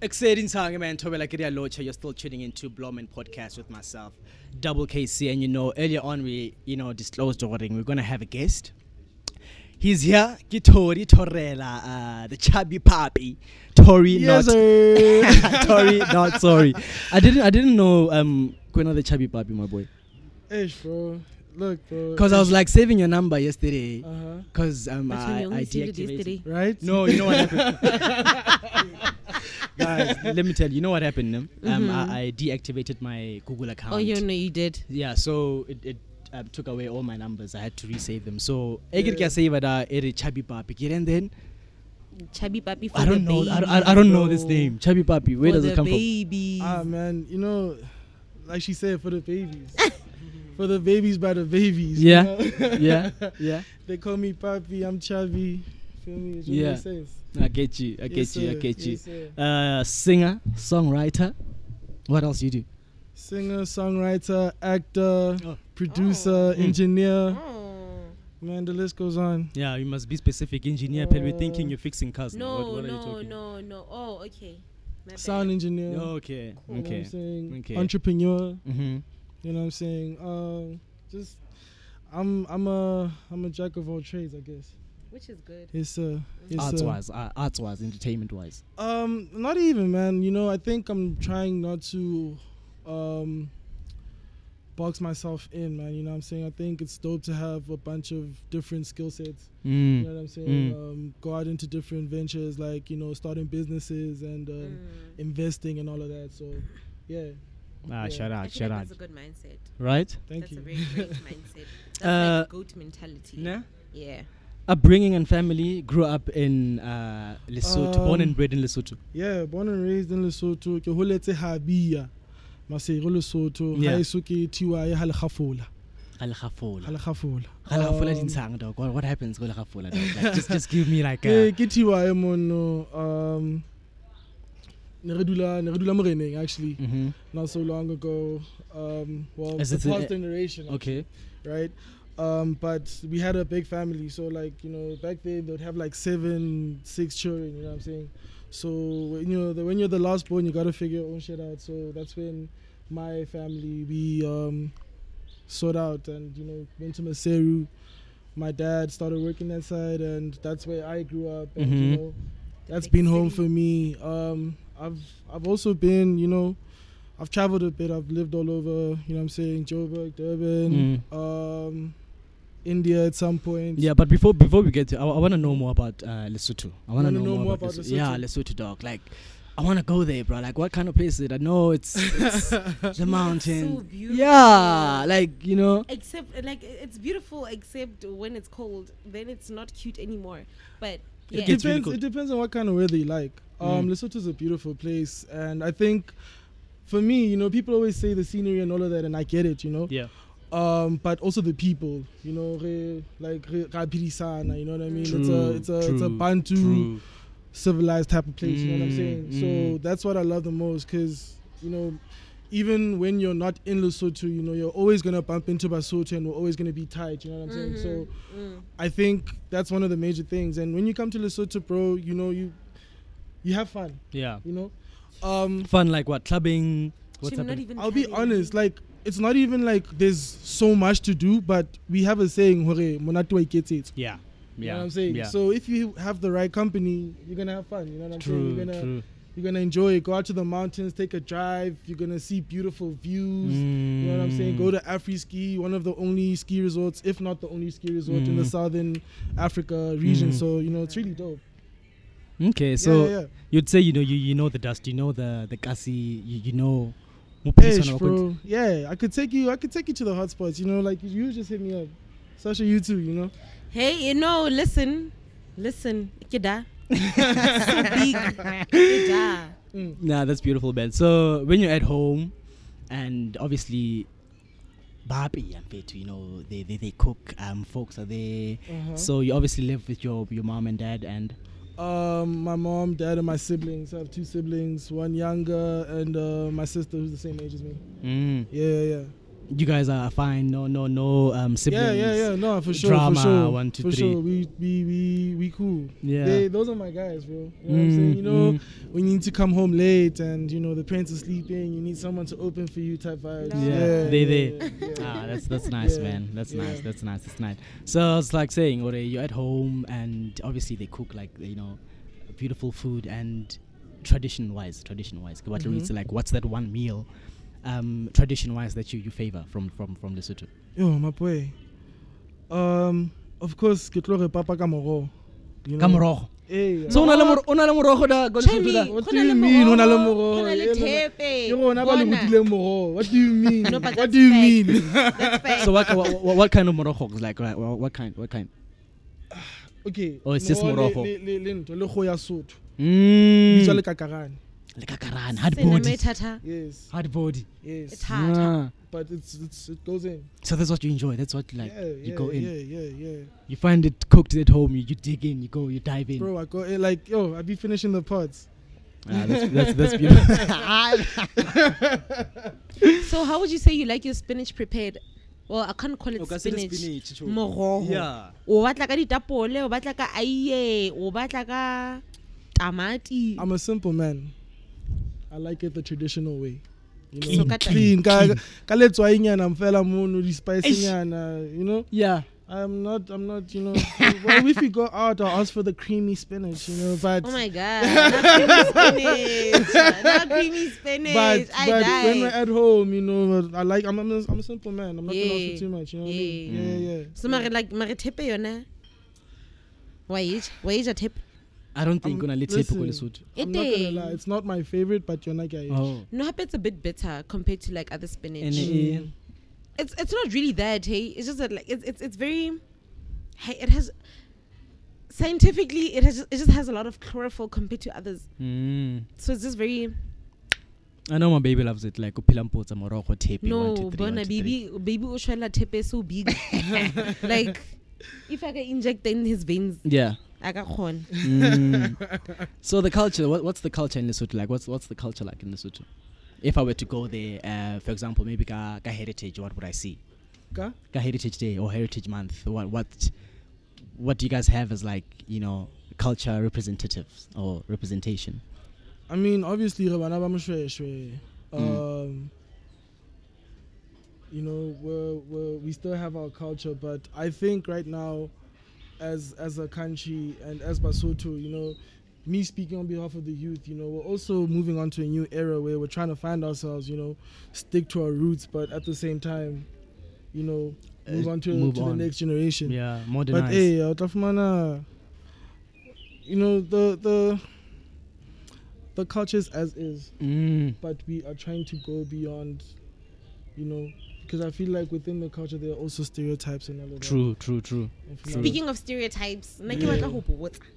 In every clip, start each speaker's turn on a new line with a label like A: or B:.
A: Exciting time, man. Tobela Kiria Locha. You're still tuning into Blomin Podcast with myself, Double KC. And you know, earlier on, we, you know, disclosed already we're going to have a guest. He's here, Gitori Torella, uh, the chubby puppy. Tori,
B: Yes,
A: not
B: sir.
A: Tori, not sorry. I didn't, I didn't know um, Kwena the chubby puppy, my boy.
B: Ish, bro. Look, bro.
A: Cause I was like saving your number yesterday.
B: Uh-huh.
A: Cause um,
C: But Uh, when
A: I,
C: you only
A: I
C: see it
A: deactivated.
C: yesterday.
B: Right?
A: No, you know what happened. Guys, let me tell you, you know what happened. Um, Um, I, I deactivated my Google account.
C: Mm-hmm. Oh, you know you did.
A: Yeah, so it, it uh, took away all my numbers. I had to resave them. So I can save it. It Chubby Papi. Get in then.
C: Chubby Papi for
A: I don't
C: Oh, the
A: know. I,
C: baby,
A: I, I don't know this
C: bro.
A: name. Chubby Papi. Where
C: For
A: does it
C: the
A: come from? Um,
C: baby.
B: Ah, man. You know, like she said, for the babies. for the babies by the babies. you
A: Yeah.
B: know?
A: yeah, yeah.
B: they call me Papi. I'm chubby. Feel me? It really
A: Yeah.
B: makes sense.
A: I get you. I get
B: Yes,
A: you. I
B: sir.
A: get you.
B: Yes, sir.
A: uh, singer, songwriter. What else you do?
B: Singer, songwriter, actor,
A: Oh. Hmm.
B: producer,
C: Oh.
B: engineer. Man, the list goes on.
A: Yeah, you must be specific, engineer.
B: but we're thinking
A: you're fixing cars
C: Oh. No, no, no, no. Oh, okay. My
B: Sound
C: bad.
B: engineer.
A: Okay.
B: You know what I'm saying?
A: Okay.
B: Entrepreneur.
A: Mm-hmm.
B: You know what I'm saying? Um, just I'm I'm a I'm a jack of all trades, I guess.
C: Which is good.
B: It's uh it's
A: Arts
B: uh,
A: wise, uh, arts wise, entertainment wise.
B: Um, not even, man. You know, I think I'm trying not to um box myself in, man. You know what I'm saying? I think it's dope to have a bunch of different skill sets. You know what I'm saying?
A: Mm.
B: Um, go out into different ventures, like you know, starting businesses and um,
C: Mm.
B: investing and all of that. So, yeah,
A: Ah,
B: Yeah.
A: shout
C: I
A: out,
C: feel
A: shout
C: like
A: out.
C: that's a good mindset.
A: Right?
B: thank
C: that's
B: you.
C: a very great mindset. That's
A: Uh,
C: like goat mentality. Yeah.
A: Upbringing and family grew up in uh, Lesotho, born
B: Um,
A: and bred in Lesotho.
B: Yeah, born and raised in Lesotho. Ke holetse Habia. Masego Lesotho.
A: Yeah.
B: Ha eso ke thiwa ya Halgafola.
A: Al Khafola.
B: Halgafola.
A: Al Khafola
B: Um,
A: dintshang, dog. What, what happens go Al Khafola, dog? Like, just, just give me like
B: Ke
A: a.
B: ke thiwa e mono um ne re dula ne re dula moreneng actually
A: Mm-hmm.
B: not so long ago um well
A: Is
B: the
A: it a- eh,
B: past generation
A: Okay.
B: right um but we had a big family so like you know back then they'd have like seven six children you know what i'm saying so when you know the, when you're the last born you gotta figure your own shit out so that's when my family we um sought out and you know went to Maseru my dad started working that side and that's where i grew up and you
A: Mhm.
B: know that's been home for me um i've i've also been you know i've traveled a bit i've lived all over you know what i'm saying joburg durban um, India at some point.
A: Hmm. Yeah, but before before we get to, I, I want to know more about uh, Lesotho. I want to
B: Wanna
A: know, more, about, Lesotho.
B: about
A: Yeah, Lesotho dog. Like, I want to go there, bro. Like, what kind of place is it? I know it's, it's the mountain.
C: beautiful.
A: Yeah, like you know.
C: Except, uh, like, i- it's beautiful except when it's cold. Then it's not cute anymore. But,
A: gets- Hmm.
B: It
C: yeah.
B: depends.
A: really cool.
B: It depends on what kind of weather you like. Um, Lesotho is a beautiful place, and I think for me, you know, people always say the scenery and all of that, and I get it, you know.
A: Yeah.
B: Um, but also the people, you know, re, like re, ra phedisana, you know what I mean? it's a
A: True,
B: it's a it's a
A: true,
B: Bantu civilized type of place. you know what I'm
A: Mm,
B: saying? So
A: mm.
B: that's what I love the most, because you know, even when you're not in Lesotho, you know, you're always gonna bump into Basotho, and we're always gonna be tight. You know what I'm saying? So.
C: Mm-hmm.
A: Mm-hmm.
C: mm,
B: I think that's one of the major things. And when you come to Lesotho, bro, you know you you have fun.
A: Yeah.
B: You know, um,
A: Fun like what? Clubbing. What's
C: Jim, not
A: happening?
C: even
B: I'll be
C: having-
B: honest. Like it's not even like there's so much to do, but we have a saying, "Hore monate wa iketsetsa."
A: Yeah.
B: You know what I'm saying? So if you have the right company, you're gonna have fun. You know what I'm saying? You're gonna you're gonna enjoy it. Go out to the mountains, take a drive. You're gonna see beautiful views. You know what I'm saying? Go
A: Mm.
B: to Afriski, one of the only ski resorts, if not the only ski resort in the
A: Mm.
B: southern Africa region.
A: Mm.
B: So you know it's really dope.
A: Okay,
B: Yeah,
A: so
B: yeah, yeah.
A: you'd say you know you, you know the dust, you know the the kasi, you, you know.
B: Ish,
A: Mophisana,
B: bro. Yeah, I could take you. I could take you to the hotspots. You know, like you just hit me up. Sasha, you too, you know.
C: Hey, you know, listen, listen, kida. Big, kida.
A: Nah, that's beautiful, man. So when you're at home, and obviously, Barbie and Fetu, you know, they, they, they cook. Um, folks are there.
B: Uh-huh.
A: So you obviously live with your your mom and dad, and
B: Um, my mom, dad, and my siblings. I have two siblings, one younger, and uh, my sister who's the same age as me.
A: mm,
B: Yeah, yeah, yeah.
A: you guys are fine. No, no, no. Um, siblings.
B: Yeah, yeah, yeah. No, for sure,
A: Drama,
B: for sure.
A: one, two,
B: for
A: three.
B: sure, we we we we cool.
A: Yeah.
B: They, those are my guys, bro. You know what I'm saying?
A: Mm,
B: You know,
A: mm.
B: when you need to come home late and you know the parents are sleeping, you need someone to open for you type vibes.
C: Yeah,
A: they-
B: yeah, yeah.
A: ah, that's that's nice,
B: Yeah,
A: man. That's nice.
B: yeah.
A: That's nice. That's nice. So it's like saying, Ore, you're at home, and obviously they cook like you know, beautiful food and tradition-wise, tradition-wise. What
B: Mhm.
A: like, what's that one meal, um, tradition-wise that you, you favor from from from Lesotho?
B: Yo, my boy. Um, of course, ke tlo re papa ka moroho, You know?
A: Ka morogo.
B: Eh,
A: So o na le moro- o na le morogo da ko Lesotho da?
C: Chemi,
B: What
C: go
B: do
C: na
B: you
C: le
B: mean ho na le
C: moroho,
B: moroho?
C: go na le
B: Eh, lona-
C: thepe,
B: Ke rona ba le
C: bona.
B: bodileng moroho. What do you mean?
C: No, but
B: what
C: that's
B: do you
C: fact.
B: mean?
C: That's fact.
A: So what, what what- what kind of morogo is like? Right, what what kind? What kind?
B: okay.
A: Oh, it's just moroho.
B: Le le le ntho le kgo ya Sotho. Bitswa le
A: Mm.
B: kakarane.
A: Lekakarana, hard
C: Sename
A: body.
C: thata.
B: Yes.
A: Hard body.
B: Yes.
C: Thata.
A: Ah.
B: But it's it's it goes in.
A: So that's what you enjoy. That's what like
B: yeah,
A: you
B: yeah,
A: go in.
B: Yeah, yeah, yeah.
A: You find it cooked at home. You, you dig in. You go. You dive in.
B: Bro, I go eh, like yo, I be finishing the pots.
A: Ah, that's, that's, that's beautiful.
C: So how would you say you like your spinach prepared? Well, I can't call it spinach. Moroho.
A: Yeah.
C: O batla ka ditapole, o batla ka aiye, o batla ka tamati.
B: I'm a simple man. I like it the traditional way. You
C: So
B: know,
C: ka tla-
B: clean. Ka
A: clean.
B: ka letswai nyana mfela mono di spice
A: Eish.
B: nyana, you know?
A: Yeah.
B: I'm not I'm not, you know, well if you go out I'll ask for the creamy spinach, you know, but
C: Oh my god. Not creamy spinach. Not creamy spinach.
B: but,
C: I
B: but
C: die.
B: when we're at home, you know, I like I'm I'm a, I'm a simple man. I'm not gonna ask
C: Yeah.
B: for too much, you know what I
A: Yeah.
B: mean? Yeah, yeah.
C: so mare like mare e thepe yona wa eja wa eja thepe
A: I don't think
B: Um,
A: gonna let it
B: listen.
A: go Lesotho.
C: e
B: I'm not gonna
C: teng
B: lie, it's not my favorite, but you're not getting
A: Oh.
C: no hape it's a bit bitter compared to like other spinach
A: And
B: Mm.
A: eh.
C: it's it's not really that hey it's just that like it's it's, it's very hey it has scientifically it has it just has a lot of chlorophyll compared to others
A: Mm.
C: so it's just very
A: I know my baby loves it. Like upilampotsa moroko tepi. one, two, three,
C: no bona
A: one, two, three.
C: baby baby o shwela thepe so big like if i can inject in his veins
A: Yeah.
C: i got corn
A: Mm. so the culture. What, what's the culture in Lesotho like? What's what's the culture like in Lesotho? If I were to go there, uh, for example, maybe ka, ka heritage, what would I see?
B: Ka?
A: Ka heritage day or heritage month. What what what do you guys have as like you know culture representatives or representation?
B: I mean, obviously, re bana ba moshweshwe.
A: Mm.
B: Um, You know, we're, we're, we still have our culture, but I think right now, as as a country and as Basotho, you know, me speaking on behalf of the youth, you know, we're also moving on to a new era where we're trying to find ourselves, you know, stick to our roots, but at the same time, you know,
A: Uh,
B: move on to,
A: move
B: to
A: on.
B: the next generation.
A: Yeah,
B: But eh,
A: modernized.
B: hey, uh, out of mana, you know the the the culture is as is,
A: Mm.
B: but we are trying to go beyond, you know, because I feel like within the culture there are also stereotypes and all of that.
A: True, true, true.
B: If you
A: True.
B: wanna
C: speaking of stereotypes nna ke
B: Yeah.
C: batla go botsa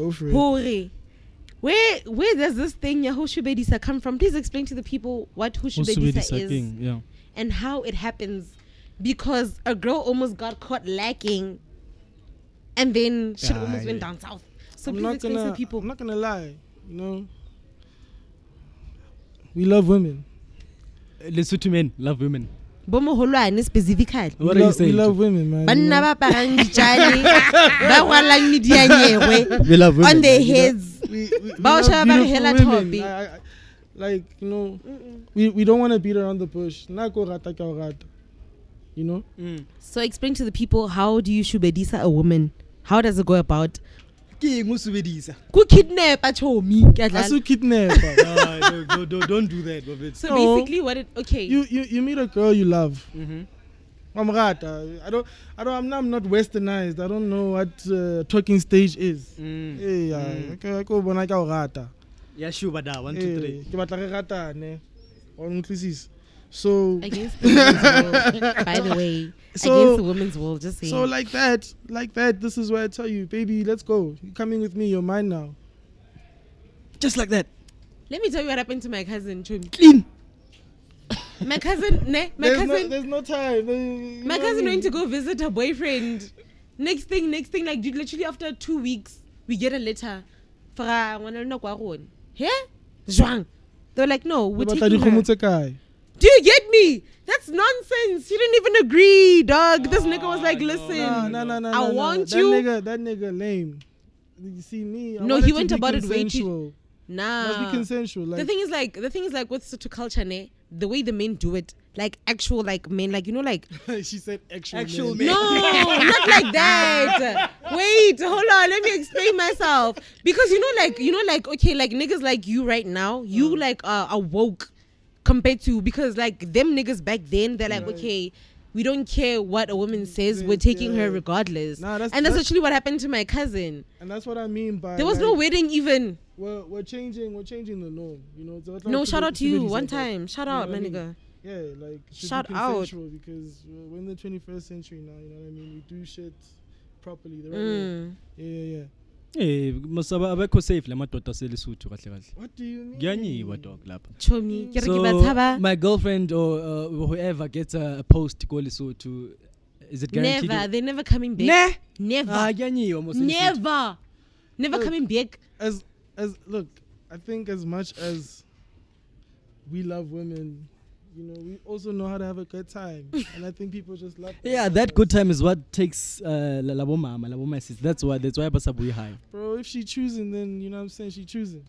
B: Go for it.
C: hore where where does this thing ya hushubedisa come from please explain to the people what hushubedisa is
A: yeah.
C: and how it happens because a girl almost got caught lacking and then she
A: Ah,
C: almost went
A: yeah.
C: down south so
B: I'm
C: please
B: not
C: explain to
B: gonna.
C: the people
B: I'm not gonna lie. You know, we love women.
A: Lesotho men love women.
C: bomoholwane specifically
A: What
B: we
A: are you
B: lo-
A: saying?
B: We love women, man. you
C: banna
B: know?
C: ba aparang dijale ba rwalang medianyewe
A: We love
C: on their
A: women.
C: heads
B: we, we, we
C: Bao
B: love
C: sheba ba re
B: beautiful
C: hela
B: women.
C: Toby.
B: I- I- I- Like you know, we, we don't want to beat around the bush. Nna ko rata ke a o rata. You know.
A: Mm.
C: so explain to the people how do you shubedisa a woman how does it go about ku kidnap chomi ke a
B: That's
C: dlala.
B: a kidnapper.
A: don't, do that,
C: so
B: No.
C: basically what it okay
B: you, you you meet a girl you love.
A: Mm-hmm.
B: I'm rata. I don't I don't I'm not, I'm not westernized. I don't know what uh, talking stage is.
A: Mm.
B: Hey, I I go bona ka o rata.
A: Yeah, sure, but that one, two,
B: Eh,
A: three.
B: Ke batla re ratane. Wa nkutlwisisa? So
C: against the women's world. By the way,
B: So-
C: against the women's world. Just saying.
B: So like that, like that, this is where I tell you, baby, let's go. You coming with me, you're mine now.
A: Just like that.
C: Let me tell you what happened to my cousin Chumi.
A: Clean.
C: My cousin, ne, my
B: there's, no,
C: cousin,
B: there's no time. They- you know
C: my
B: what I
C: cousin
B: mean?
C: went to go visit her boyfriend. Next thing, next thing, like dude, literally after two weeks, we get a letter. uh, Fra, ngwana lona kwa rona. Hey, Zhuang. They're like, no, we're
B: Ba batla
C: taking
B: dikgomo
C: her.
B: tse kae?
C: Do you get me? That's nonsense. You didn't even agree, dog. This nigga was like, listen,
B: Nah, Oh nah, nah, nah,
C: I
B: nah, nah.
C: want
B: that
C: you-
B: Nigga, that nigga lame. You see me? I
C: No,
B: want
C: he
B: to
C: went
B: be
C: about it way too-
B: consensual. Must be
C: nah.
B: consensual. Like,
C: the thing is like the thing is like with Sotho culture, ne? The way the men do it, like actual like men, like you know, like
B: she said actual.
A: Actual man.
B: man.
C: No, not like that. Wait, hold on. Let me explain myself. Because you know, like you know, like okay, like niggas like you right now, you
B: Mm.
C: like uh, are woke compared to because like them niggas back then, they're like okay. We don't care what a woman says. We're
B: Says,
C: taking her
B: Mm, yeah.
C: regardless,
B: Nah, that's-
C: and that's,
B: that's-
C: actually what happened to my cousin.
B: And that's what I mean by
C: There was
B: like,
C: no wedding even.
B: We're, we're changing. We're changing the norm. You know. So it's like
C: No,
B: what
C: shout
B: the-
C: out to
B: what
C: you
B: he
C: one
B: said, like,
C: time. Shout
B: you know
C: out,
B: what
C: my
B: I mean?
C: nigga.
B: Yeah, like it should be
C: Shout out.
B: consensual because uh, we're in the 21st century now. You know what I mean? We do shit properly. The right way.
C: Mm.
B: Yeah, yeah, yeah.
A: Eh, masaba abekho safe la madoda selesuthu kahle kahle.
B: What do you mean?
A: Kuyanyiwa dog lapha.
C: Chomi, ke re ke
A: So
C: batshaba.
A: my girlfriend or uh, whoever gets a, a post ko lesotho is it guaranteed?
C: Never. They're never coming back.
A: Nah.
C: Never.
A: Ah, kuyanyiwa mo selesuthu.
C: never. Never
A: Mm.
B: Look.
C: coming back.
B: As as look, I think as much as we love women, you know, we also know how to have a good time, and I think people just love.
A: Yeah, that good time is what takes uh, la- labo mama, labo masses. That's why that's why basabuya high.
B: bro. If she choosing, then you know what I'm saying she choosing.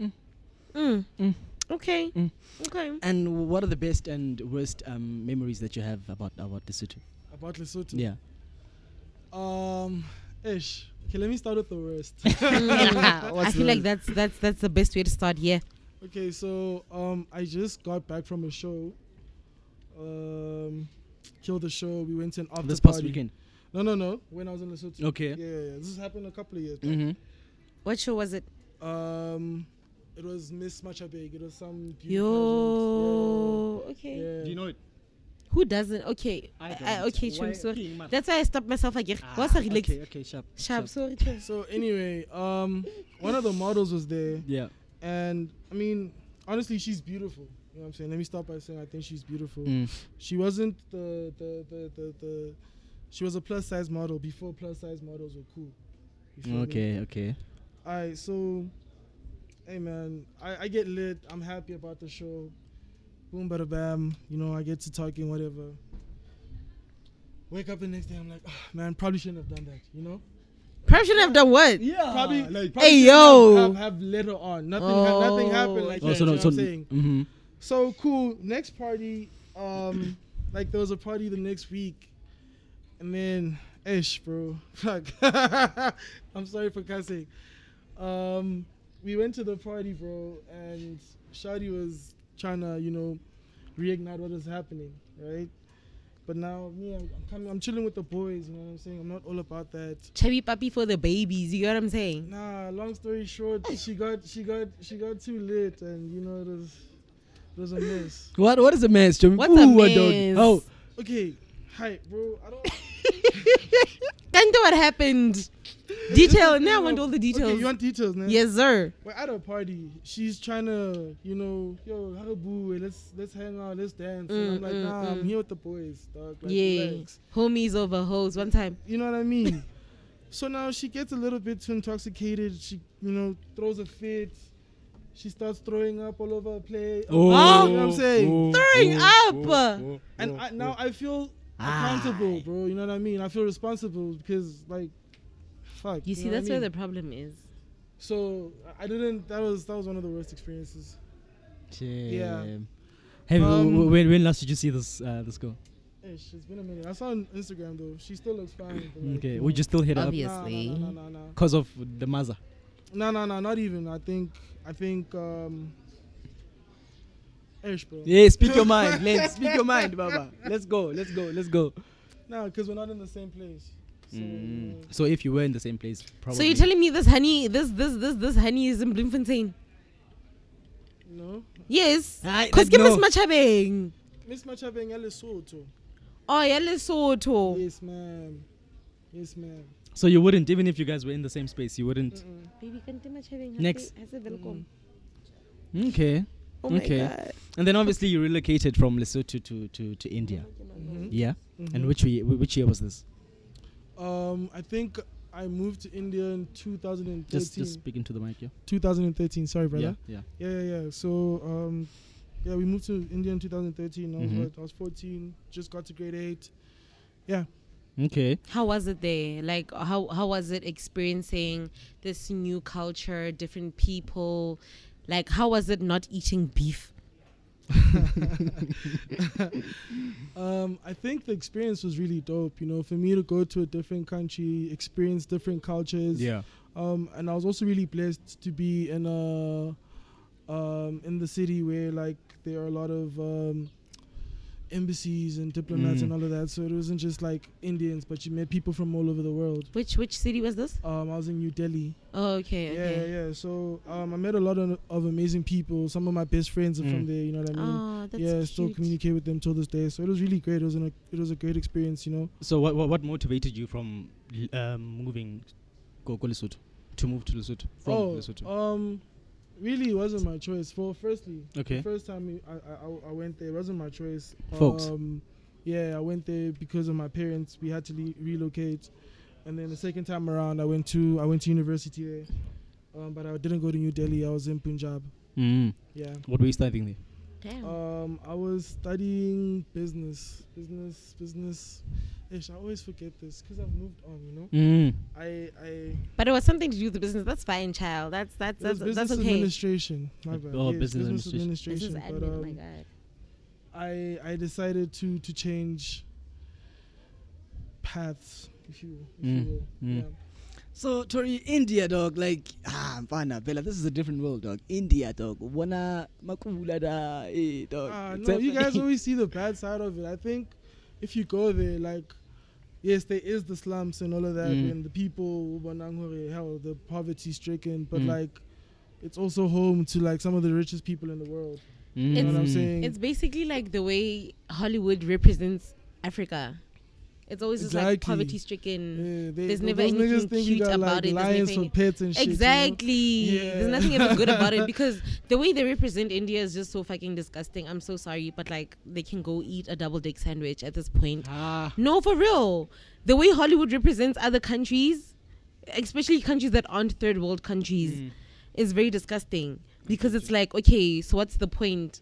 C: Mm.
A: Mm.
C: Okay.
A: Mm.
C: Okay.
A: And what are the best and worst um, memories that you have about about Lesotho?
B: About Lesotho.
A: Yeah.
B: Um, ish. Okay, let me start with the worst.
C: I feel like
A: the-
C: that's that's that's the best way to start. Yeah.
B: Okay, so um, I just got back from a show. Um, killed the show. We went to an after
A: this
B: party.
A: past weekend.
B: No, no, no. When I was in Lesotho.
A: Okay.
B: Yeah, yeah, yeah. This happened a couple of years back.
A: Mm-hmm.
C: What show was it?
B: Um, it was Miss Machabeg. It was some. beauty
C: Yo. Okay.
B: pageant. Yeah. yeah.
A: know it?
C: Who doesn't? Okay.
A: I
C: I
A: don't.
C: okay.
A: Why-
C: Chum, sorry.
A: King man.
C: That's why I stopped myself again.
A: Ah,
C: What's a relax?
A: Okay, okay, sharp.
C: Sharp. Sorry. Chum.
B: So anyway, um, one of the models was there,
A: Yeah.
B: and I mean, honestly, she's beautiful. You know what I'm saying? Let me start by saying I think she's beautiful.
A: Mm.
B: She wasn't the the, the the the she was a plus size model before plus size models were cool. You feel me?
A: Okay, okay.
B: Alright, so hey man, I, I get lit. I'm happy about the show. Boom bada bam. You know, I get to talking, whatever. Wake up the next day, I'm like, oh, man, probably shouldn't have done that, you know?
C: Perhaps should have done what?
A: Yeah.
B: Probably, probably
C: Hey,
B: shouldn't
C: yo.
B: Have, have, have later on. Nothing, ha- nothing happened. Like,
C: Oh.
A: Oh,
B: that,
A: so
B: you
A: no,
B: know
A: so
B: what I'm saying?
A: mm-hmm.
B: So cool. Next party, um, like there was a party the next week, and then ish, bro. Fuck. I'm sorry for cussing. Um, we went to the party, bro, and Shadi was trying to, you know, reignite what was happening, right? But now me, I'm, I'm coming. I'm chilling with the boys. You know what I'm saying? I'm not all about that.
C: Chubby puppy for the babies. You get what I'm saying?
B: Nah, long story short, she got she got she got too lit, and you know it was it was a mess.
A: What what is a mess, Jimmy?
C: What's a
A: what dog-
C: mess?
A: Oh,
B: Okay, hi, bro. I don't.
C: Can't know what happened. Detail.
B: Just-
C: Now I want all the
B: Okay,
C: details.
B: you want details, man?
C: Yes, sir.
B: We're at a party. She's trying to, you know, yo, harabu, eh, let's let's hang out, let's dance. and
C: Mm,
B: I'm like,
C: mm,
B: nah,
C: mm.
B: I'm here with the boys, dog. Like,
C: Yeah.
B: relax.
C: Homies over hoes. One time.
B: You know what I mean? so now she gets a little bit too intoxicated. She, you know, throws a fit. She starts throwing up all over the place.
A: oh,
B: you know what I'm saying?
C: Throwing up.
B: and I, now I feel accountable, bro. You know what I mean? I feel responsible because, like, fuck.
C: You see,
B: know what I
C: that's where
B: mean?
C: the problem is.
B: So I I didn't. That was that was one of the worst experiences. Yeah.
A: Have
B: Um,
A: you, when, when last did you see this uh, this girl?
B: Ish, it's been a minute. I saw on Instagram though. She still looks fine. but, like,
A: Okay,
B: you
A: would
B: know.
A: you still hit her up
C: Obvious.
B: Nah, nah, nah, nah, nah,
A: because of the mother?
B: nah, nah, nah, nah, not even. I think I think um. Ish, bro.
A: Yeah, speak your mind. Let's speak your mind, Baba. Let's go. Let's go. Let's go.
B: Nah, because we're not in the same place. So, uh,
A: So if you were in the same place, probably.
C: So you're telling me this honey, this this this this honey is in Bloemfontein?
B: No.
C: Yes.
B: Ah,
A: Aye,
C: Because
A: that-
C: give us
A: no.
C: Machabeng.
B: Miss Machabeng Lesotho.
C: Oh, yeah,
A: Oh.
C: Lesotho.
B: Yes, ma'am. Yes, ma'am.
A: So you wouldn't, even if you guys were in the same space, you wouldn't.
C: Baby, kante Machabeng.
A: Next.
C: hase- hase welkom.
A: Okay.
C: Oh my
A: Okay.
C: God.
A: And then obviously you relocated from Lesotho to to, to India. Yeah. And which year, which year was this?
B: Mm-hmm. Um, I think I moved to India in 2013.
A: Just just speaking to the mic, yeah.
B: 2013. Sorry, brother.
A: Yeah. Yeah.
B: Yeah, yeah, yeah. So, um, yeah, we moved to India in 2013. I was,
A: Mhm.
B: what, I was 14. Just got to grade eight. Yeah.
A: Okay.
C: How was it there? Like, how, how was it experiencing this new culture, different people? Like, how was it not eating beef?
B: Um, I think the experience was really dope. You know, for me to go to a different country, experience different cultures. Um, and I was also really blessed to be in a um, in the city where like there are a lot of um, embassies and diplomats
A: Mm.
B: and all of that. So it wasn't just like Indians, but you met people from all over the world.
C: Which which city was this?
B: Um, I was in New Delhi.
C: Oh, okay,
B: Yeah,
C: okay.
B: yeah, yeah. So um, I met a lot of, of amazing people. Some of my best friends are
A: Mm.
B: from there. You know what I mean?
C: Oh, that's
B: yeah,
C: cute.
B: still communicate with them till this day. So it was really great. It was an, it was a great experience. You know.
A: So what what, what motivated you from l- um, moving go go Lesotho to move to Lesotho from Lesotho?
B: Um, really, it wasn't my choice. For firstly,
A: Okay.
B: the first time I, I- I, I went there, it wasn't my choice.
A: Folks.
B: Um, yeah, I went there because of my parents. We had to le- relocate, and then the second time around, I went to I went to university there, um, but I didn't go to New Delhi. I was in Punjab.
A: Mm.
B: Yeah.
A: What were you studying there?
C: Damn.
B: Um, I was studying business, business, business. Ish, I always forget this because I've moved on. You know,
A: Mm.
B: I I
C: But it was something to do with the business. That's fine, child. That's that's
B: It was
C: that's,
B: business
C: that's okay.
B: administration. My
A: Uh,
B: bad.
A: oh,
B: Yes,
A: business
C: This is
B: administration.
C: admin.
B: but,
C: oh my
B: um,
C: god.
B: I I decided to to change paths, if you, if
A: Mm,
B: you will.
A: mm.
B: Yeah.
D: So Tori, India dog, like ah Bana Bella, this is a different world dog. India dog, wana makula da eh dog.
B: Ah,
D: It's
B: no, you guys
D: happening.
B: always see the bad side of it. I think if you go there, like, yes, there is the slums and all of that,
A: Mm.
B: and the people, Ubonangore, hell, the poverty stricken, but
A: Mm.
B: like, it's also home to like some of the richest people in the world.
A: Mm.
B: You know what I'm
C: It's-
B: saying?
C: It's basically like the way Hollywood represents Africa. It's always just like
B: Exactly.
C: poverty stricken.
B: yeah, they,
C: There's
B: those
C: never
B: niggas
C: anything
B: think
C: cute
B: you got
C: about
B: like
C: it. There's
B: lions for
C: nothing-
B: pets and shit. you know?
C: Exactly.
B: Yeah.
C: There's nothing ever good about it because the way they represent India is just so fucking disgusting. I'm so sorry, but like they can go eat a double dick sandwich at this point.
A: Ah.
C: No, for real. The way Hollywood represents other countries, especially countries that aren't third world countries, is very disgusting because it's like, okay, so what's the point?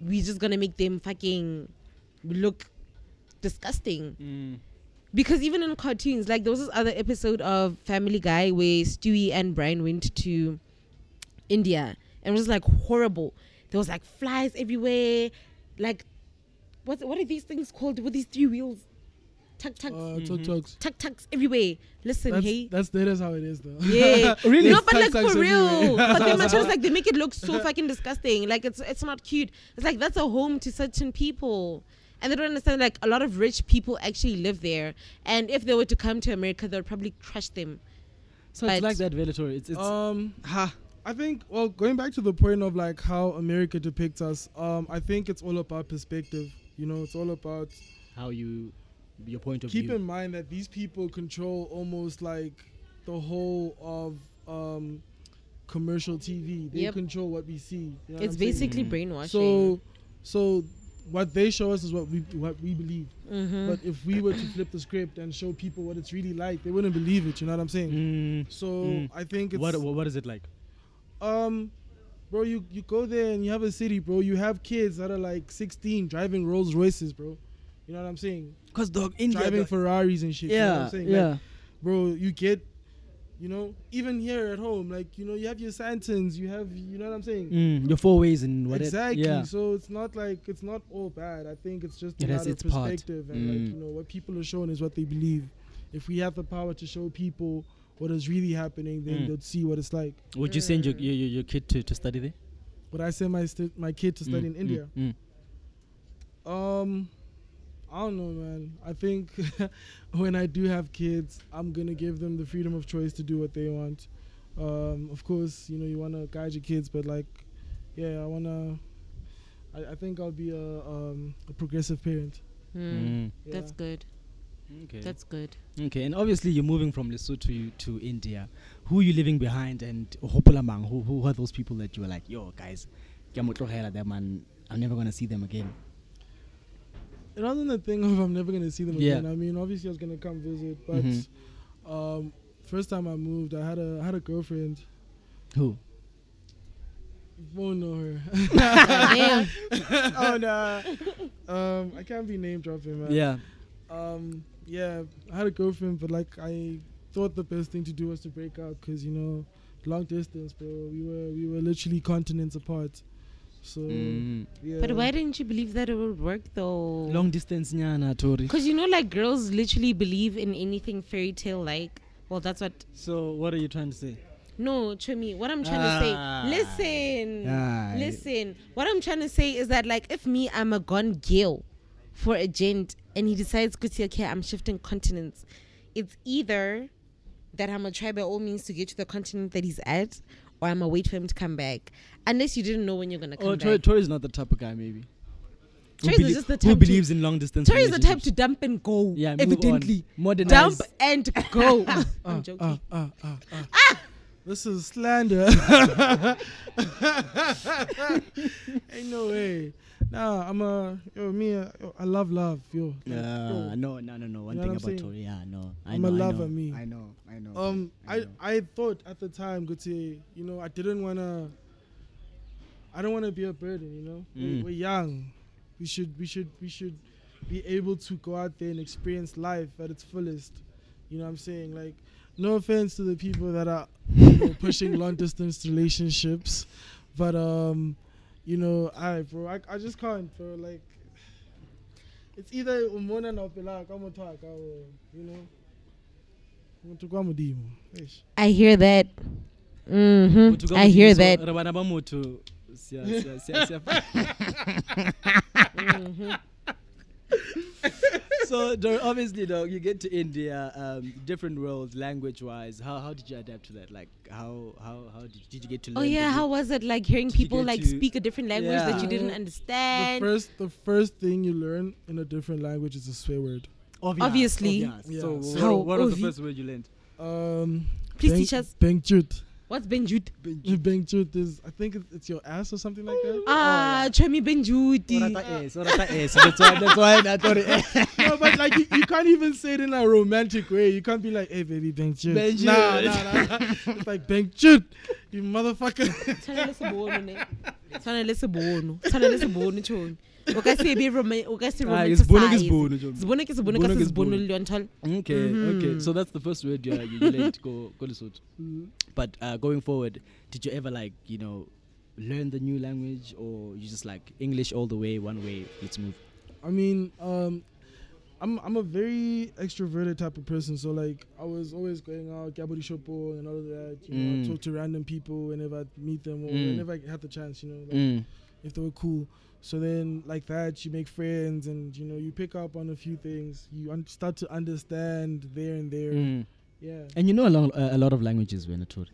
C: We're just gonna make them fucking look disgusting.
A: Mm.
C: Because even in cartoons, like there was this other episode of Family Guy where Stewie and Brian went to India and it was like horrible. There was like flies everywhere, like what what are these things called with these three wheels? Tuck tucks,
B: Uh, tuk tuks.
C: tuck tucks everywhere. Mm-hmm. Listen,
B: That's,
C: hey.
B: that's that is how it is though.
C: Yeah,
B: Really?
C: No, but
B: Tuck
C: like
B: tucks
C: for real.
B: everywhere.
C: but then my child's like they make it look so fucking disgusting. Like it's it's not cute. It's like that's a home to certain people, and they don't understand like a lot of rich people actually live there. And if they were to come to America, they would probably crush them.
A: So
C: But-
A: it's like that, Velator. It's it's
B: Um,
A: ha.
B: I think well, going back to the point of like how America depicts us, um, I think it's all about perspective. You know, it's all about
A: How you your point of
B: keep
A: view.
B: in mind that these people control almost like the whole of um, commercial TV. They
C: Yep.
B: control what we see. You know what
C: It's
B: I'm saying?
C: basically
A: Mm.
C: brainwashing.
B: so. So, what they show us is what we what we believe.
C: Mhm.
B: But if we were to flip the script and show people what it's really like, they wouldn't believe it. You know what I'm saying?
A: Mm.
B: So
A: Mm.
B: I think it's
A: What, what what is it like?
B: um bro you you go there and you have a city bro you have kids that are like 16 driving rolls royces bro you know what i'm saying
D: Cause dog India.
B: driving
D: dog.
B: ferraris and shit you know what
D: yeah,
B: i'm saying Like,
D: yeah.
B: bro you get you know even here at home like you know you have your santons you have you know what i'm saying
A: Mm. Your four ways and what it-
B: exactly
A: yeah.
B: so it's not like it's not all bad i think it's just
A: It
B: a
A: has
B: matter of
A: its part.
B: perspective and like
A: Mm.
B: you know what people are shown is what they believe if we have the power to show people what is really happening then
A: Mm.
B: they'll see what it's like
A: Would you send your your, your, your kid to, to study there?
B: would i send my st- my kid to study in india
A: Mm.
B: Um, I don't know, man. I think when I do have kids, I'm gonna give them the freedom of choice to do what they want. Um, of course, you know you wanna guide your kids, but like, yeah, I wanna. I, I think I'll be a, um, a progressive parent.
C: Mm.
B: Yeah.
C: That's good.
A: mm. Okay.
C: That's good.
A: okay. And obviously, you're moving from Lesotho to India. Who are you leaving behind, and Hopolamang? Who who are those people that you were like, yo, guys, ke a mo tlogela them, and I'm never gonna see them again.
B: it wasn't a thing of I'm never gonna see them
A: Yeah.
B: again. I mean, obviously I was gonna come visit, but
A: Mhm.
B: um, first time I moved, I had a I had a girlfriend.
A: Who?
B: You won't know her.
C: Damn.
B: oh no, um, I can't be name dropping, man.
A: Yeah.
B: Um, yeah, I had a girlfriend, but like I thought the best thing to do was to break up because you know, long distance, bro. We were we were literally continents apart. So
A: Mm.
B: yeah.
C: But why didn't you believe that it would work though?
A: Long distance, nyana, Tori.
C: Because you know, like girls literally believe in anything fairy tale like. Well, that's what.
A: So, what are you trying to say?
C: No, Chumi, what I'm trying
A: Ah.
C: to say. Listen.
A: Ah.
C: Listen. What I'm trying to say is that, like, if me, I'm a gone girl for a gent and he decides, good to okay, I'm shifting continents, it's either that I'm going to try by all means to get to the continent that he's at or I'm going to wait for him to come back. Unless you didn't know when you're going to come
A: Oh,
C: back.
A: Tori, Tori's not the type of guy, maybe. Who
C: Tori's
A: belie-
C: just the
A: who
C: type to-
A: believes in long distance.
C: Tori is the type
A: relationships.
C: to dump and go.
A: Yeah, move on.
C: evidently.
A: Modernize.
C: Dump and go. I'm joking.
B: Ah, ah, ah, ah. This is slander. Ain't no way. Nah, I'm a yo me. uh, yo, I love love, yo. Like,
A: Yeah,
B: yo.
A: no, no, no, no. One
B: know
A: thing
B: what I'm
A: about
B: saying?
A: Tori, yeah, no. I
B: I'm
A: know,
B: a
A: I
B: lover,
A: know,
B: me.
A: I know, I know.
B: Um,
A: I
B: I
A: know.
B: I thought at the time, Guti, you know, I didn't wanna. I don't wanna be a burden, you know. We,
A: Mm.
B: we're young. We should we should we should be able to go out there and experience life at its fullest. You know what I'm saying? Like, no offense to the people that are you know, pushing long distance relationships, but um, you know, I bro, I, I just can't, bro. Like, it's either umona na upela kamotwa ka or you know. umuntu kwa Modimo. Eish.
C: I hear that.
A: Motho
C: Mm-hmm.
A: ka
C: I hear
A: Modimo,
C: that.
A: re bana ba motho, siya- siya- siya- siya- uh, so Dor- obviously dog you get to india um, different world language wise how, how did you adapt to that like how how, how did, did you get to learn
C: Oh yeah,
A: the-
C: how was it like hearing
A: you
C: people
A: get
C: like
A: to-
C: speak a different language that you
B: Yeah.
C: didn't
B: The
C: understand?
B: first, the first thing you learn in a different language is a swear word.
A: Obvious,
C: Obviously.
A: obvious.
B: Yeah.
A: so
B: So
A: what,
C: how
A: what was the
C: obvi-
A: first word you learned
B: Um,
C: Please
B: bang-
C: teach us.
B: Bangchut.
C: What's Benjud?
B: Bangchut is, I think it's, it's your ass or something like
A: Oh,
B: that.
C: Ah, Chemi Benjudi.
A: Orata S, orata S. that's why that's why I thought it
B: no, but like you, you can't even say it in a romantic way. You can't be like, "Hey, baby, Bangchut."
A: Bangchut.
B: Nah, nah, nah. it's like Bangchut, you motherfucker.
C: Tshwana le sebono, ne? Tshwana le sebono. Tshwana le sebono, Choni. O ka se be roma- o ka se
A: Ah, it's bono ke
C: romanticize.
A: sebono, Jomi.
C: Sebono ke sebono ka
A: Bono
C: se
A: ke
C: sebono
A: sebono.
C: le yona, Tholo.
A: Okay, okay. So that's the first word you, you learned go go Lesotho. But uh, going forward, did you ever like you know learn the new language, or you just like English all the way, one way? Let's move.
B: I mean, um, I'm I'm a very extroverted type of person. So like, I was always going out, Gabody Shopo, and all of that. You know,
A: Mm.
B: I'd talk to random people whenever I meet them or
A: Mm.
B: whenever I had the chance. You know, like, if they were cool. So then, like that, you make friends, and you know, you pick up on a few things. You un- start to understand there and there.
C: Mm.
A: Mm.
B: Yeah.
A: And you know a lot, uh, a lot of languages, when tour.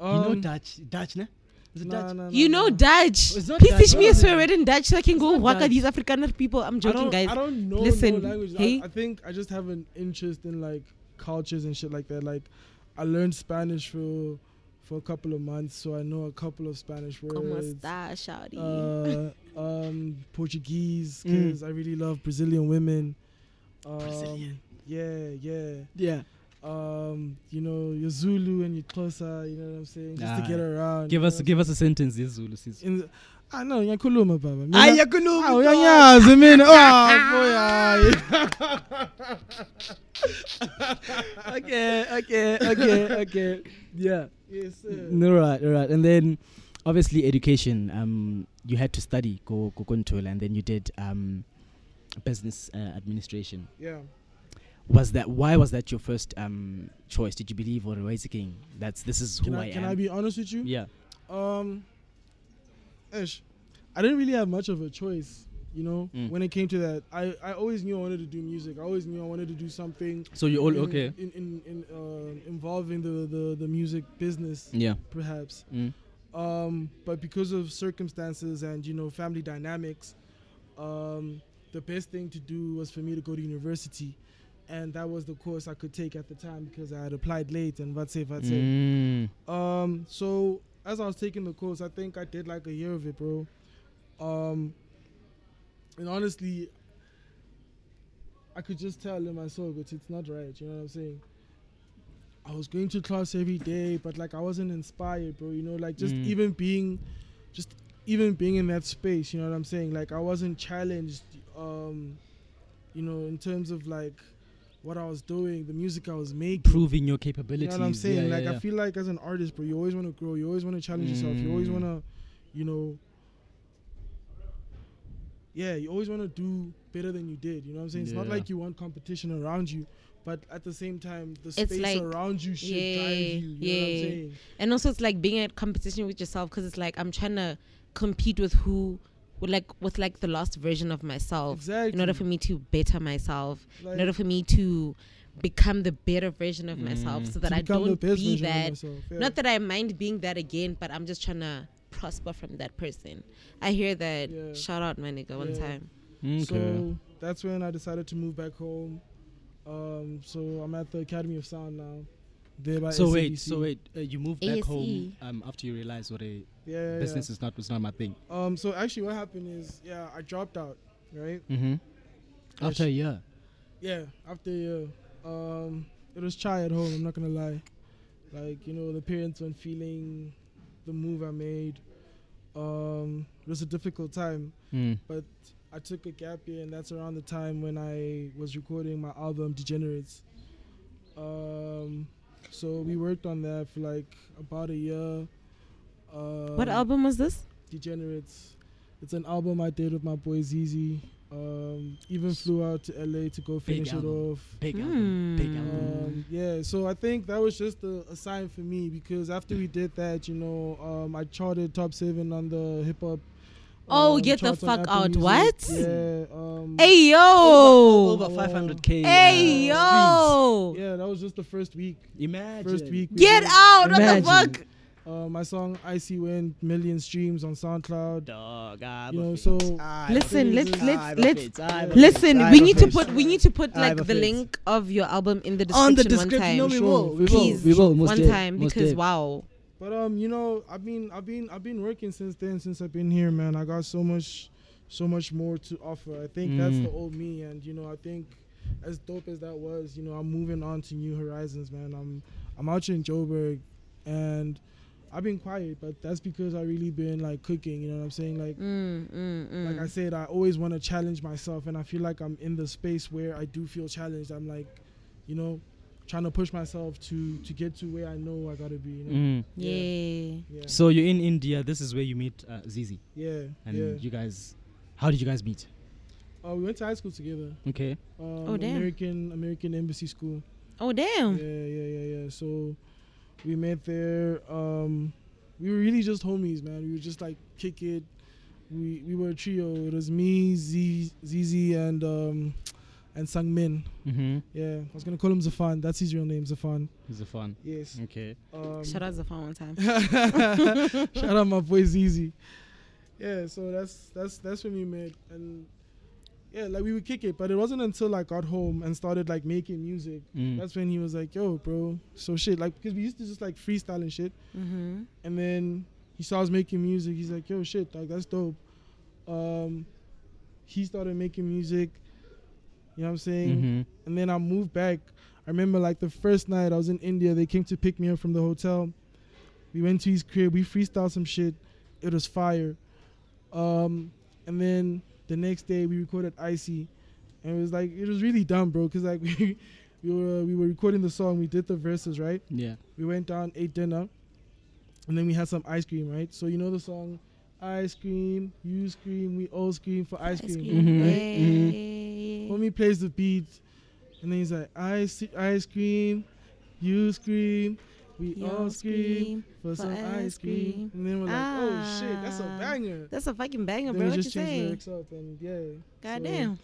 B: Um,
A: you know Dutch, Dutch, ne? Is it
B: nah,
A: Dutch?
B: nah, nah,
C: You know
B: nah.
C: Dutch.
A: It's not
C: Please
A: Dutch.
C: teach me a
A: Oh.
C: swear word in Dutch so I can go
A: not
C: waka
A: Dutch.
C: these Afrikaner people. I'm
B: I
C: joking,
B: don't,
C: guys.
B: I don't know
C: Listen,
B: no language.
C: hey?
B: I, I think I just have an interest in like cultures and shit like that. Like, I learned Spanish for for a couple of months, so I know a couple of Spanish
C: Como
B: words.
C: está, shawty?
B: Uh, um, Portuguese,
A: Mm.
B: because I really love Brazilian women. Um,
A: Brazilian.
B: Yeah, yeah.
A: Yeah.
B: um, you know, your Zulu and your Xhosa, you know what I'm saying? Just
A: Ah.
B: to get around.
A: Give
B: you
A: us
B: know?
A: give us a sentence in Zulu.
B: In the, ah, no, ngiyakhuluma baba. Mina- Ah,
A: Aye,
B: uyanyazi mina.
A: Oh,
B: Ah, boy, hayi.
A: okay, okay, okay, okay. Yeah.
B: Yes, sir.
A: No, right, right. And then obviously education. Um, you had to study go go control, and then you did um, business uh, administration.
B: Yeah.
A: Was that why was that your first um choice? Did you believe or was it king? That's this is
B: Can
A: who I,
B: I, can
A: am.
B: I be honest with you?
A: yeah.
B: Um, ish. I didn't really have much of a choice, you know,
A: Mm.
B: when it came to that. I, I always knew I wanted to do music. I always knew I wanted to do something
A: So you all
B: in-
A: okay?
B: in, in, in, uh, involving the, the, the music business,
A: Yeah.
B: perhaps.
A: Mm.
B: um, but because of circumstances and you know family dynamics, um, the best thing to do was for me to go to university, and that was the course I could take at the time because I had applied late and what's it, what's it.
A: Mm.
B: Um, so as I was taking the course, I think I did like a year of it, bro. Um, and honestly, I could just tell in my soul, but it's not right. You know what I'm saying? I was going to class every day, but like I wasn't inspired, bro. You know, like just
A: Mm.
B: even being, just even being in that space. You know what I'm saying? Like I wasn't challenged. Um, you know, in terms of like what I was doing, the music I was making.
A: Proving your capabilities.
B: You know what I'm saying?
A: Yeah,
B: like
A: yeah,
B: I feel like as an artist, bro, you always want to grow. You always want to challenge yourself. You always
A: Mm.
B: want to, you know. Yeah, you always want to do better than you did. You know what I'm saying? It's not
A: Yeah.
B: like you want competition around you, but at the same time, the
C: It's
B: space
C: like-
B: around you should drive
C: yeah,
B: you. You know what I'm
C: yeah.
B: saying?
C: and also it's like being at competition with yourself because it's like I'm trying to compete with who, with like with like the last version of myself.
B: Exactly.
C: In order for me to better myself, in
B: Like,
C: order for me to become the better version of myself,
A: Mm.
C: so that
B: to
C: I
B: become the
C: don't
B: best
C: be
B: version of
C: that.
B: myself, yeah.
C: Not that I mind being that again, but I'm just trying to prosper from that person. I hear that.
B: Yeah.
C: Shout out, my nigga, one
B: Yeah.
C: time.
A: Okay.
B: So uh, that's when I decided to move back home. Um, so I'm at the Academy of Sound now. There by
A: So wait,
B: SABC.
A: so wait. Uh, you moved back
C: ASE.
A: home um, after you realized what a
B: E. Yeah, yeah, yeah.
A: business is not was not my thing.
B: Um, so actually, what happened is, yeah, I dropped out, right?
A: Mm-hmm.
B: Yes.
A: After a year.
B: Yeah, after a uh, um, it was shy at home. I'm not gonna lie. Like you know, the parents weren't feeling the move I made. Um, it was a difficult time,
A: Mm.
B: but I took a gap year, and that's around the time when I was recording my album Degenerates. Um, so we worked on that for like about a year. Um,
C: what album was this?
B: Degenerates. It's an album I did with my boy Zizi. Um, even flew out to LA to go finish it
A: album.
B: off.
A: Big album. Big
C: Mm.
A: album.
B: Um, yeah, so I think that was just a, a sign for me because after we did that, you know, um, I charted top seven on the hip hop.
C: Oh,
B: um,
C: get the
B: charts on
C: fuck
B: Apple
C: out.
B: Music.
C: What?
B: Yeah. Um,
C: Hey yo,
A: Over
B: Oh.
A: 500k.
C: hey
A: uh,
C: yo,
B: Yeah, that was just the first week.
A: streams. Imagine.
B: First week. we
C: get
B: did.
C: out!
A: Imagine.
C: What the fuck?
B: Uh, my song Icy went million streams on SoundCloud.
A: Dog. ah,
B: You know,
A: buffets.
B: so-
A: Ah,
C: Listen,
A: buffets.
C: let's-
A: Ah,
C: let's- let's-
A: buffets. Ah, buffets.
C: Listen,
A: Ah,
C: we need to
A: buffets.
C: put we need to put
A: I
C: like
A: have a
C: the
A: face.
C: link of your album in the description,
D: On the description,
C: one time.
D: no, we
B: Sure,
D: will, we will,
C: Please,
D: we will, most
C: one
D: def,
C: time
D: most
C: because
D: def.
C: wow,
B: But um, you know, I've been, I've been, I've been working since then. Since I've been here, man, I got so much, so much more to offer. I think that's
A: Mm.
B: the old me, and you know, I think as dope as that was, you know, I'm moving on to new horizons, man. I'm, I'm out here in Joburg, and I've been quiet, but that's because I really been like cooking. You know what I'm saying? Like,
C: mm, mm, mm.
B: like I said, I always want to challenge myself, and I feel like I'm in the space where I do feel challenged. I'm like, you know, trying to push myself to to get to where I know I gotta be. You know?
A: Mm.
C: yeah.
B: Yeah.
A: So you're in India. This is where you meet uh, Zizi,
B: Yeah,
A: and
B: yeah.
A: you guys. How did you guys meet?
B: Uh, we went to high school together.
A: Okay.
B: Um,
C: Oh, damn.
B: American American Embassy School.
C: Oh damn.
B: Yeah, yeah, yeah, yeah. So we met there. Um, we were really just homies, man. We were just like kick it. We we were a trio. It was me, Z, Zizi, and um, and Sangmin.
A: Mm-hmm.
B: Yeah, I was gonna call him Zafan. That's his real name, Zafan.
A: This is fun.
B: Yes.
A: Okay.
B: Um,
C: Shout out Zafar one time.
B: Shout out my boy Zizi. Yeah, so that's that's that's when we met, and yeah, like we would kick it, but it wasn't until I got home and started like making music.
A: Mm.
B: That's when he was like, "Yo, bro, so shit." Like, because we used to just like freestyle and shit,
C: Mm-hmm.
B: and then he saw us making music. He's like, "Yo, shit, like that's dope." Um, he started making music. You know what I'm saying?
D: Mm-hmm.
A: Mhm.
B: And then I moved back. I remember like the first night I was in India, they came to pick me up from the hotel. We went to his crib, we freestyled some shit. It was fire. Um, and then the next day we recorded Icy. And it was like it was really dumb, bro, because like we we were uh, we were recording the song, we did the verses, right?
A: Yeah.
B: We went down, ate dinner, and then we had some ice cream, right? So you know the song Ice Cream, You Scream, We All Scream for Ice Cream. Mm-hmm.
A: Mhm.
C: Yeah.
B: Homie plays the beat, and then he's like, ice, ice cream, you scream, we
C: You
B: all
C: all
B: scream
C: scream
B: for some ice cream. And then we're like, oh shit, that's a
C: Ah.
B: banger.
C: That's a fucking banger,
B: Then
C: bro.
B: we
C: What you
B: just changed the
C: saying?
B: lyrics up, and yeah.
C: God
B: so
C: damn.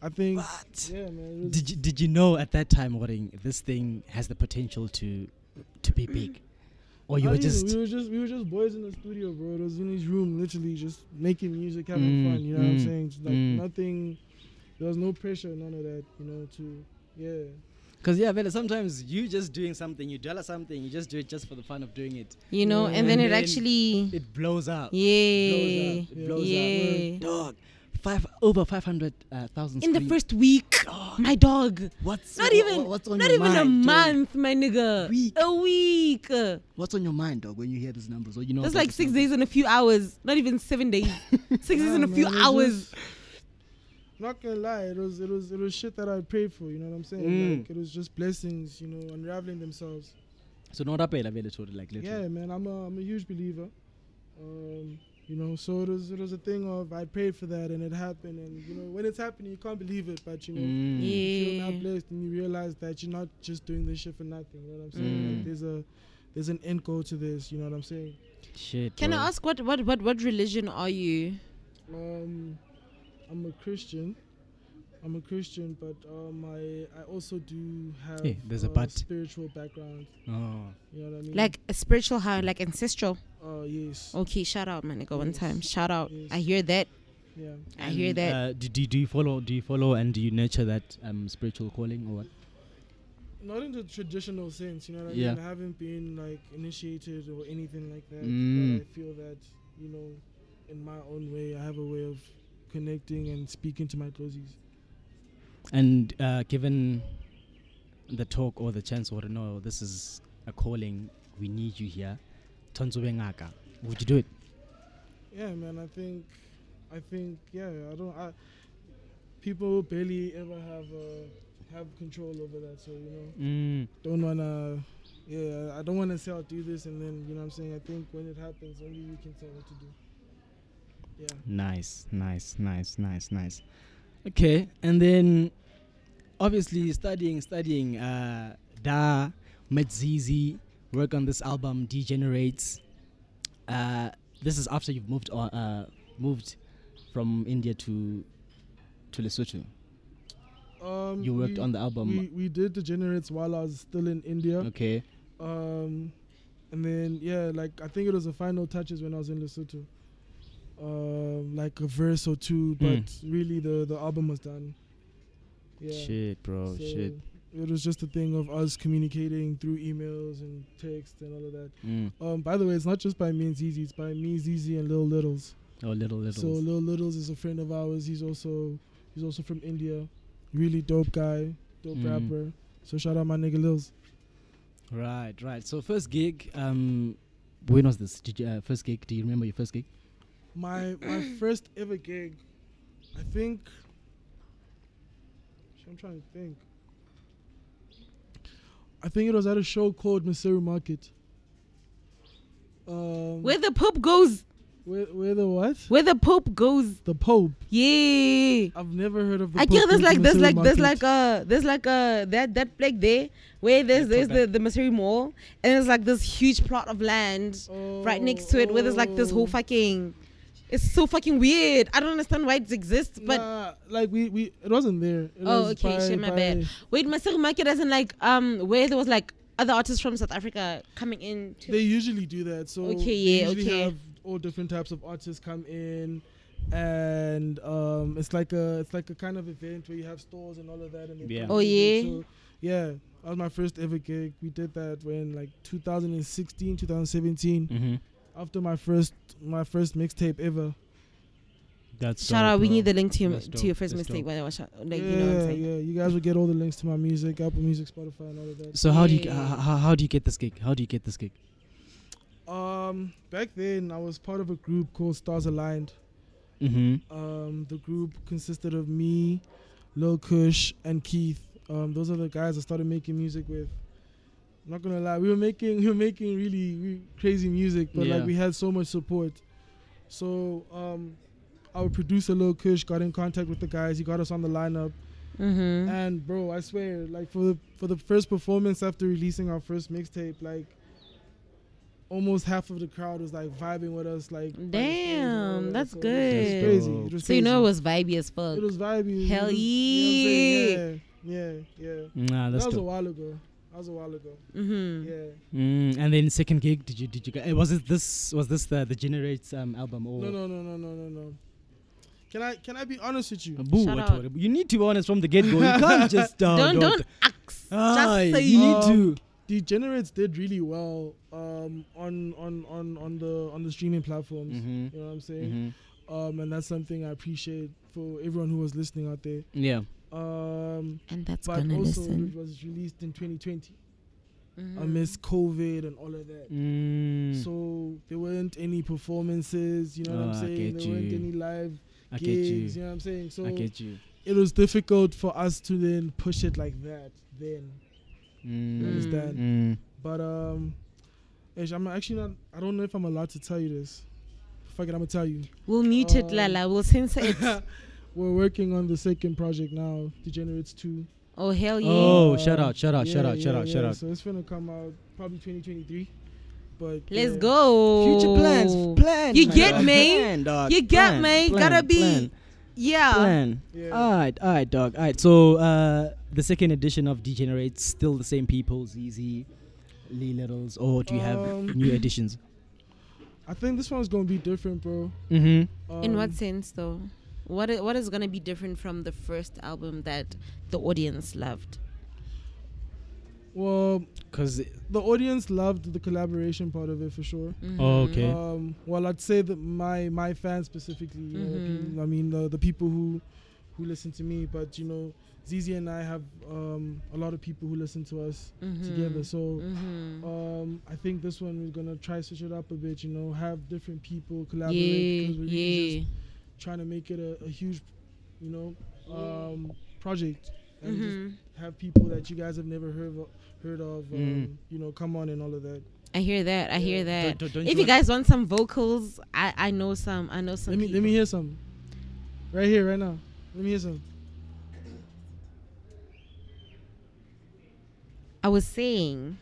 B: I think,
D: What?
B: yeah, man. It was,
A: Did you, did you know at that time, Waring, this thing has the potential to to be big? or you
B: I
A: were
B: didn't-
A: just
B: we were just we were just boys in the studio, bro. It was in his room, literally just making music, having
A: Mm,
B: fun. You know what I'm
A: mm,
B: saying? Just like
A: mm.
B: nothing. There was no pressure, none of that. You know, to yeah.
A: because yeah, Vela. Sometimes you just doing something, you dollar something, you just do it just for the fun of doing it.
C: you know, and then
A: And
C: it
A: then-
C: actually,
A: It blows up.
C: yeah,
A: It blows up.
C: yeah.
A: Dog, five over five hundred uh, thousand.
C: In the first week, my dog.
D: What's
C: Not
D: wha-
C: even,
D: wha- what's on
C: not
D: your
C: even a
D: mind, dude?
C: month, my nigga.
D: Week.
C: A week. Uh,
D: What's on your mind, dog, when you hear these numbers? Or you know
C: That's
D: about
C: like
D: these
C: six
D: numbers?
C: days and a few hours. Not even seven days. Six days
B: Nah,
C: and a
B: man,
C: few
B: it was
C: hours.
B: just- Not gonna lie, it was it was it was shit that I prayed for. You know what I'm saying?
A: Mm.
B: Like, it was just blessings, you know, unraveling themselves.
A: So not up Vela Vela told like literally.
B: Yeah, man, I'm a I'm a huge believer. Um, you know, so it was it was a thing of I prayed for that and it happened, and you know when it's happening you can't believe it, but you know.
A: Mm.
B: you feel now
C: Yeah.
B: blessed and you realize that you're not just doing this shit for nothing. You know what I'm saying?
A: Mm.
B: Like there's a there's an end goal to this. You know what I'm saying?
A: Shit.
C: Can
A: bro.
C: I ask what, what, what, what religion are you?
B: Um, I'm a Christian. I'm a Christian, but um, I I also do have
A: Hey, there's a
B: uh,
A: but.
B: spiritual background.
A: Oh.
B: You know what I mean?
C: Like oh. a spiritual, how like ancestral.
B: uh, yes,
C: Okay, shout out, my nigga. One
B: Yes.
C: time, shout out.
B: Yes.
C: I hear that.
B: yeah.
C: I hear
A: And,
C: that.
A: Uh, do, do, do you follow? Do you follow and do you nurture that um, spiritual calling or what?
B: Not in the traditional sense. You know what I
A: Yeah.
B: mean? I haven't been like initiated or anything like that.
A: Mm.
B: But I feel that you know, in my own way, I have a way of connecting and speaking to my closies.
A: And uh, given the talk or the chance or no, this is a calling. We need you here. Tonzo Bengaka. Would you do it?
B: Yeah, man. I think, I think, yeah. I don't. I, people barely ever have uh, have control over that. So you know,
A: Mm.
B: don't wanna. Yeah, I don't wanna say I'll do this, and then you know what I'm saying. I think when it happens, only you can tell what to do. Yeah.
A: Nice, nice, nice, nice, nice. Okay, and then obviously studying, studying. Uh, da, Metzizi, work on this album, Degenerates. Uh, this is after you've moved on, uh, moved from India to to Lesotho.
B: Um,
A: You worked
C: Mm-hmm.
B: we-
A: on the
C: Mm.
A: album.
B: We, we did degenerates while I was still in India.
A: Okay.
B: Um, and then yeah, like I think it was the final touches when I was in Lesotho. Um, like a verse or two,
A: Hmm.
B: but really the the album was done. Yeah.
A: Shit, bro.
B: so
A: Shit.
B: It was just a thing of us communicating through emails and text and all of that.
A: Mm.
B: Um, by the way, it's not just by me and Zizi, it's by me, Zizi, and Lil Littles.
A: Oh, little, little.
B: So Lil Littles is a friend of ours. He's also he's also from India. Really dope guy, dope
A: Mm.
B: rapper. So shout out my nigga Lils.
A: right, right. So first gig. Um, when was this? Did you, uh, first gig? Do you remember your first gig?
B: My my first ever gig, I think. shit, I'm trying to think. I think it was at a show called Missouri Market. Um,
C: Where the Pope goes.
B: where, where the what?
C: Where the Pope goes.
B: The Pope.
C: Yeah.
B: I've never heard of the
C: I
B: Pope.
C: feel there's
B: going to
C: like there's
B: Missouri
C: like there's
B: Market.
C: like uh there's like uh that that plague there where there's
A: Yeah,
C: there's the the Missouri Mall and there's like this huge plot of land right next to it where there's like this whole
B: Oh.
C: fucking it's so fucking weird. I don't understand why it exists, but
B: Nah, like we, we it wasn't there. It
C: Oh,
B: was
C: okay,
B: by-
C: shit, my
B: by-
C: bad. wait, Masiri Market doesn't like um where there was like other artists from South Africa coming in to
B: They usually do that. So
C: Okay,
B: they
C: yeah,
B: usually
C: okay.
B: have all different types of artists come in, and um, it's like a it's like a kind of event where you have stores and all of that. And they
A: Yeah.
B: come
C: Oh,
B: in,
C: yeah?
B: So, yeah, that was my first ever gig. We did that when like 2016, 2017.
A: Mm-hmm.
B: After my first my first mixtape ever.
A: That's
C: shout out. We need the link to your
A: That's
C: to
A: dope,
C: your first
A: that's
C: mistake.
A: dope.
C: When I was shout, like
B: yeah,
C: you know what I'm saying.
B: yeah. You guys will get all the links to my music, Apple Music, Spotify, and all of that.
A: So how do you
C: Yeah.
A: uh, how, how do you get this gig? How do you get this gig?
B: Um, back then I was part of a group called Stars Aligned.
A: Mm-hmm.
B: Um, the group consisted of me, Lil Kush, and Keith. Um, those are the guys I started making music with. I'm not gonna lie, we were making we were making really, really crazy music, but
A: Yeah.
B: like we had so much support. So um, our producer Lil Kush got in contact with the guys. He got us on the lineup,
C: Mm-hmm.
B: and bro, I swear, like for the for the first performance after releasing our first mixtape, like almost half of the crowd was like vibing with us, like by the stage and all
C: Damn,
B: that.
C: that's
B: So
C: good.
B: It was crazy. It was
C: So you know it
B: crazy.
C: was vibey as fuck.
B: It was vibey.
C: Hell
B: it was, you know what I'm saying? Yeah, yeah, yeah.
A: Nah,
B: That
A: that's
B: was a
A: dope.
B: while ago. That was a while ago.
C: Mm-hmm.
B: Yeah.
A: Mm, and then second gig, did you did you? go- eh, Was it this was this the the Generates um, album or?
B: No, no, no, no, no, no, no. Can I can I be honest with you?
A: Boo,
C: Shout
A: what-
C: out.
A: what- you need to be honest from the get go. You can't just uh,
C: don't don't ask.
A: Ah,
C: Just say
A: you need
B: Um,
A: to.
B: Degenerates did really well um, on, on on on the on the streaming platforms.
C: Mm-hmm.
A: Mhm.
B: You know what I'm saying?
A: Mhm.
B: Um, and that's something I appreciate for everyone who was listening out there.
A: Yeah.
B: Um,
C: and that's
B: but
C: gonna
B: also
C: listen.
B: it was released in 2020
C: Mhm.
B: amidst COVID and all of that.
A: Mm,
B: So there weren't any performances. You know what
A: Oh, I
B: I'm saying?
A: get
B: There weren't
A: you.
B: any live
A: I get
B: gigs.
A: you.
B: know what I'm saying? So
A: I get you.
B: it was difficult for us to then push it like that then you
A: Mm,
B: understand
A: mm.
B: but um ish, i'm actually not i don't know if i'm allowed to tell you this fuck it i'm gonna tell you
C: We'll mute it,
B: Um,
C: Lala. We'll censor it.
B: we're working on the second project now degenerates 2
C: oh hell yeah!
A: Oh,
B: Um,
A: shout out, shout out, shout
B: yeah,
A: out, shout
B: yeah,
A: out, shout
B: yeah.
A: out.
B: so it's gonna come out probably 2023 but
C: Let's
B: yeah.
C: go.
D: Future plans, plan.
C: You
D: my
C: get
D: dog.
C: me?
D: Plan, dog.
C: You get
D: Plan,
C: me?
D: plan,
C: Gotta be.
D: plan,
C: Yeah.
D: Plan.
B: Yeah.
C: Ah.
D: Alright, alright, dog. Alright.
A: So uh, the second edition of Degenerate, still the same people, ZZ, Lee Littles, or do you have
B: Um,
A: new editions?
B: i think this one's gonna be different bro
A: Mm-hmm.
B: um,
C: In what sense, though? What i- what is gonna be different from the first album that the audience loved?
B: well
A: Cause
B: the audience loved the collaboration part of it for sure
A: oh, okay.
B: Um, well, I'd say that my my fans specifically. You know, the
C: Mhm.
B: people, I mean, the, the people who who listen to me, but you know, Zizi and I have um, a lot of people who listen to us together. So
C: Mm-hmm.
B: um, I think this one we're gonna try switch it up a bit. You know, have different people
C: yeah,
B: collaborate we're really
C: yeah.
B: just trying to make it a, a huge, you know, um, project. And just
C: Mm-hmm.
B: have people that you guys have never heard of, heard of, um,
A: Mm.
B: you know, come on and all of that.
C: I hear that. I hear
A: Don't-
C: that.
A: don't- don't
C: Eh, if
A: you
C: you guys want some vocals, I I know some. I know some.
B: Let me let
C: people.
B: me hear some. Right here, right now. Let me hear some.
C: I was saying,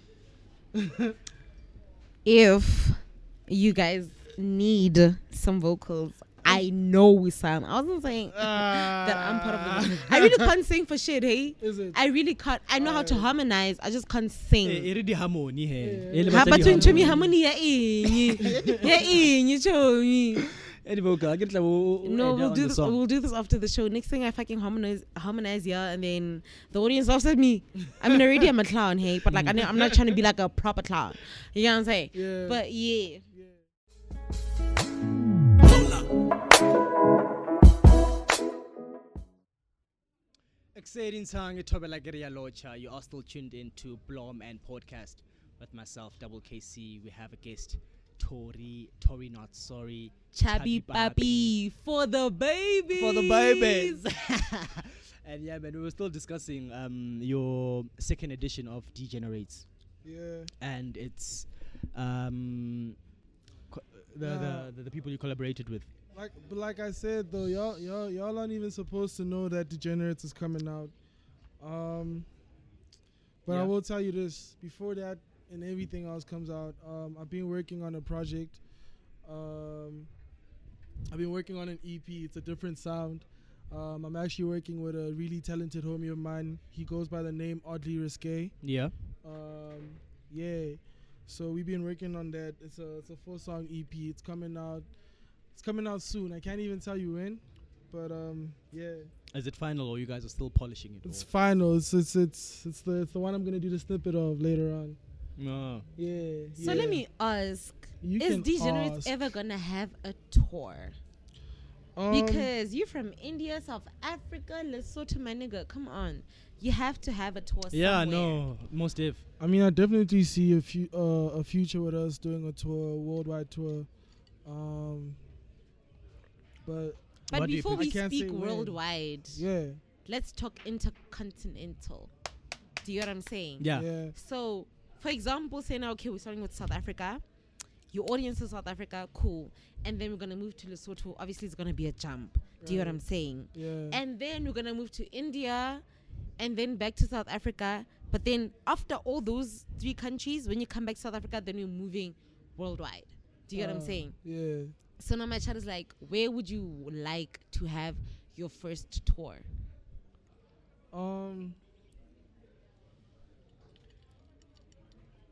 C: if you guys need some vocals, I know some. I wasn't saying that I'm part of the. I really can't sing for shit, hey.
B: Ah. Is it?
C: I really can't. I know how to
B: Alright.
C: harmonize. I just can't
B: Eh,
C: sing.
A: Eridi Eh, harmony here.
B: Yeah.
A: Eh, le
C: Ha,
A: batla
C: batho
A: di-harmony.
C: ntho me harmony ya eng? Ya eng, chomi?
D: Any vocal, I get like, oh, oh,
A: eh,
C: No,
D: oh,
C: we'll
D: on
C: do
D: the
C: this.
D: song.
C: We'll do this after the show. Next thing, I fucking harmonize, harmonize, yeah, and then the audience laughs at me. I mean, already I'm a clown, hey, but like I know I'm not trying to be like a proper clown. You know what I'm saying?
B: Yeah.
C: But yeah.
A: Exciting song, Tobela Guerrilla Locha. You are still tuned in to Blom and Podcast with myself, Double KC. We have a guest, Tori, Tori Not Sorry,
C: Chubby Papi for the baby.
A: For the babies. and yeah, man, we were still discussing um, your second edition of Degenerates.
B: yeah.
A: And it's um, co- the,
B: Nah.
A: the, the, the people you collaborated with.
B: Like but like I said though, y'all y'all y'all aren't even supposed to know that Degenerates is coming out. Um but I
A: Yeah.
B: will tell you this, before that and everything else comes out, um I've been working on a project. Um I've been working on an EP, it's a different sound. Um, I'm actually working with a really talented homie of mine. He goes by the name Oddly Risque.
A: Yeah.
B: Um, yeah. So we've been working on that. It's a it's a four song EP. It's coming out. It's coming out soon. I can't even tell you when, but um, yeah.
A: Is it final or you guys are still polishing it?
B: It's final. It's it's it's, it's the it's the one I'm gonna do the snippet of later on.
A: no.
B: Yeah.
C: So
B: yeah.
C: let me ask:
B: You
C: Is
B: can
C: Degenerates
B: ask.
C: ever gonna have a tour?
B: Um,
C: because you're from India, South Africa, Lesotho, my nigga. Come on, you have to have a tour.
A: Yeah,
C: somewhere.
A: no. Most if.
B: I mean, I definitely see a few uh, a future with us doing a tour, a worldwide tour. Um, but
C: But
A: What do you
C: before
A: think?
C: we
B: I can't say
C: speak
B: when.
C: worldwide,
B: yeah,
C: let's talk intercontinental. Do you know what I'm saying?
A: Yeah.
B: yeah.
C: So, for example, say now, okay, we're starting with South Africa. Your audience is South Africa, cool. And then we're gonna move to Lesotho. Obviously, it's gonna be a jump. Do you know what
B: Right.
C: I'm saying?
B: Yeah.
C: And then we're gonna move to India, and then back to South Africa. But then after all those three countries, when you come back to South Africa, then you're moving worldwide. Do you get what I'm
B: Uh,
C: saying?
B: Yeah.
C: So now my child is like, where would you like to have your first tour?
B: Um,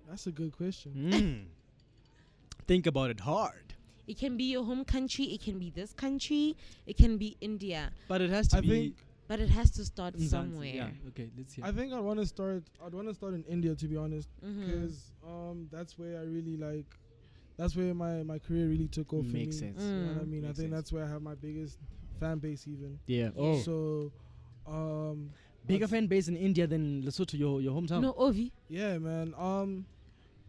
B: That's a good question.
A: Mm. Think about it hard.
C: It can be your home country. It can be this country. It can be India.
A: But it has to
B: I
A: be
B: think
C: But it has to start
D: Mzansi,
C: somewhere.
D: Yeah. Okay. Let's hear.
B: I think I want to start. I'd want to start in India, to be honest,
A: Hmm.
C: Mhm.
B: because um, that's where I really like. That's where my, my career really took off. for me.
A: makes sense. Hmm.
B: You know what I
C: Mm.
B: mean? I
A: Makes
B: think
A: sense.
B: that's where I have my biggest fan base, even.
A: Yeah.
C: Oh.
B: So, um,
A: Bigger
B: I'd-
A: fan base in India than Lesotho, your your hometown.
C: No, Ovi.
B: Yeah, man. Um,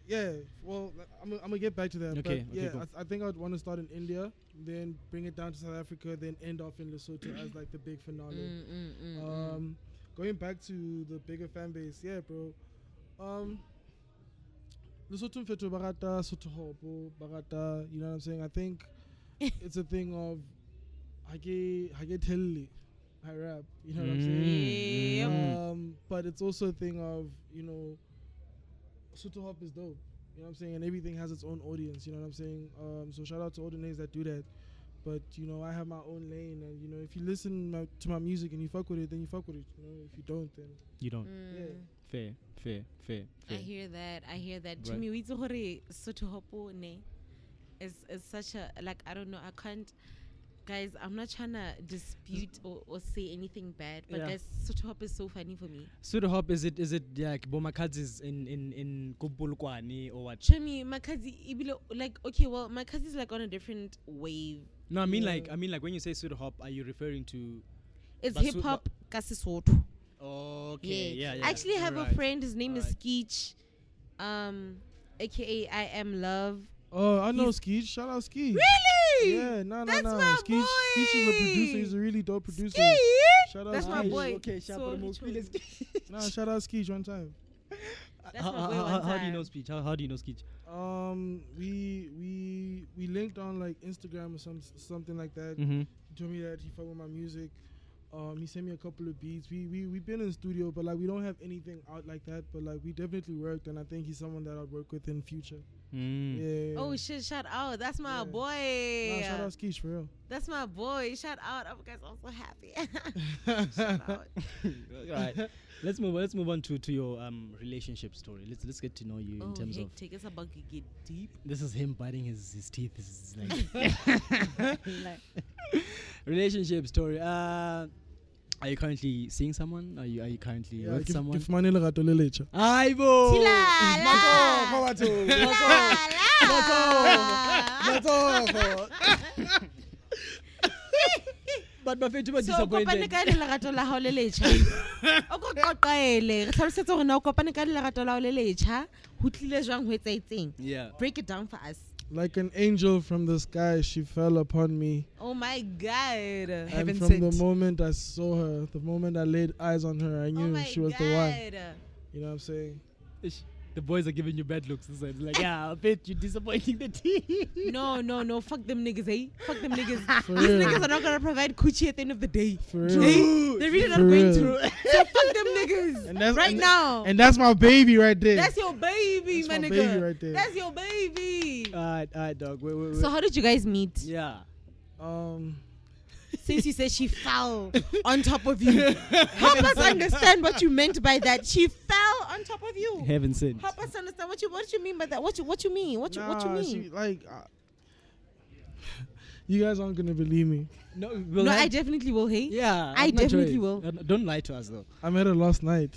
B: yeah. Well, I'm, I'm gonna get back to that.
A: Okay, okay,
B: But yeah,
A: cool.
B: I, th- I think I'd want to start in India, then bring it down to South Africa, then end off in Lesotho as like the big finale.
C: Mm, mm, mm, mm.
B: Um, going back to the bigger fan base, yeah, bro. Um, Lesotho Feto Barata, Sotohopo Barata, you know what I'm saying? I think it's a thing of Hage Hage Telli, I rap, you know what I'm saying?
A: Mm,
C: Yeah.
A: mm.
B: Um, but it's also a thing of, you know, Soto Hop is dope. You know what I'm saying? And everything has its own audience. You know what I'm saying? Um, so shout out to all the names that do that. But, you know, I have my own lane. And, you know, if you listen my, to my music and you fuck with it, then you fuck with it. You know, if you don't, then.
A: You don't.
C: Mm.
B: Yeah.
A: Fair, fair, fair,
C: I
A: fair.
C: hear that. I hear that.
A: Right.
C: Jimmy, we tsohore sotohopo ne. It's it's such a like I don't know. I can't. Guys, I'm not trying to dispute or, or say anything bad, but
A: Yeah.
C: guys, sotohop is so funny for me.
A: Pseudo hop is it is it like bomakadzis in in in Kubulkwani or what?
C: Jimmy, my cousin, ibile- like okay, well, my cousin's like on a different wave.
A: No, I mean
B: Yeah.
A: like I mean like when you say pseudo hop, are you referring to?
C: It's
A: Basu-
C: hip hop, kasisoto.
A: Okay, yeah, yeah.
C: I actually have
A: alright.
C: a friend. His name is
A: alright.
C: Skeech, um, aka I am Love.
B: Oh, I know
C: He's-
B: Skeech. Shout out Skeech.
C: Really?
B: Yeah, no, no,
C: That's
B: no.
C: my
B: Skeech, Skeech is a producer.
C: boy.
B: He's a really dope producer.
C: Skeech?
B: Shout out
C: That's my
B: Skeech.
C: boy.
D: Okay. Sharp
C: So
D: and
C: he
D: more
C: chose-
D: coolest kid.
B: Nah, shout out Skeech one time.
C: That's
A: how,
C: my
A: how,
C: boy
A: how,
C: one
A: how do you
C: time.
A: know speech? How, how do you know speech?
B: Um, we we we linked on like Instagram or some something like that.
A: Mm-hmm.
B: He told me that he fuck with my music. Um, he sent me a couple of beats. We we we been in studio, but like we don't have anything out like that. But like we definitely worked, and I think he's someone that I'd work with in future.
A: Mm.
B: Yeah.
C: Oh shit! Shout out. That's my
B: Yeah.
C: boy.
B: Nah, shout out Skeech for real.
C: That's my boy. Shout out. Oh, guys, I'm so happy. shout out.
A: right. Let's move. Let's move on to to your um relationship story. Let's let's get to know you
C: oh,
A: in terms of.
C: hectic. It's about to get deep.
A: This is him biting his, his teeth. This is like relationship story. Uh, are you currently seeing someone? Are you are you currently
B: Yeah,
A: with
B: give,
A: someone?
B: give money lerato le lecha.
A: Aibo.
C: Tilala.
A: But my friend, you were
C: so o kopane
A: disappointed.
C: ka lerato la gago le letšha o ko qoqele re tlhalosetse gore na o kopane ka lerato la gago le letšha go tlile jwang go etsaetseng
A: Yeah.
C: break it down for us
B: Like an angel from the sky, she fell upon me.
C: oh my god
B: and
D: Heaven
B: from the
D: sent.
B: moment I saw her, the moment I laid eyes on her, I
C: oh
B: knew
C: my
B: she was
C: god
B: the one. You know what I'm saying?
A: Ish, The boys are giving you bad looks. It's like, yeah, I bet you're disappointing the team.
C: no no no fuck them niggas eh fuck them niggas
B: For
C: these
B: real.
C: niggas are not gonna provide coochie at the end of the day
B: For
C: Eh?
B: real.
C: they're really not
B: For
C: going
B: real.
C: to so fuck them niggas
B: And that's-
C: right
B: and-
C: now
B: And that's my baby right there.
C: that's your baby
B: That's
C: my
B: my
C: nigga
B: baby right there. Uh,
C: that's your baby
A: Alright, alright, dog. Wait, wait, wait.
C: so how did you guys meet
A: yeah.
B: um.
C: since you said she fell on top of you. Help us understand what you meant by that. She fell on top of you.
A: Heaven sent.
C: Help us understand what you what you mean by that. What you what you mean? What you what you
B: Nah,
C: mean?
B: she- like, uh, you guys aren't gonna believe me.
A: No, we'll
C: no,
A: have-
C: I definitely will hate.
A: Yeah.
C: I
A: I'm not
C: definitely
A: joking.
C: will.
A: Uh, Don't lie to us, though.
B: I met her last night.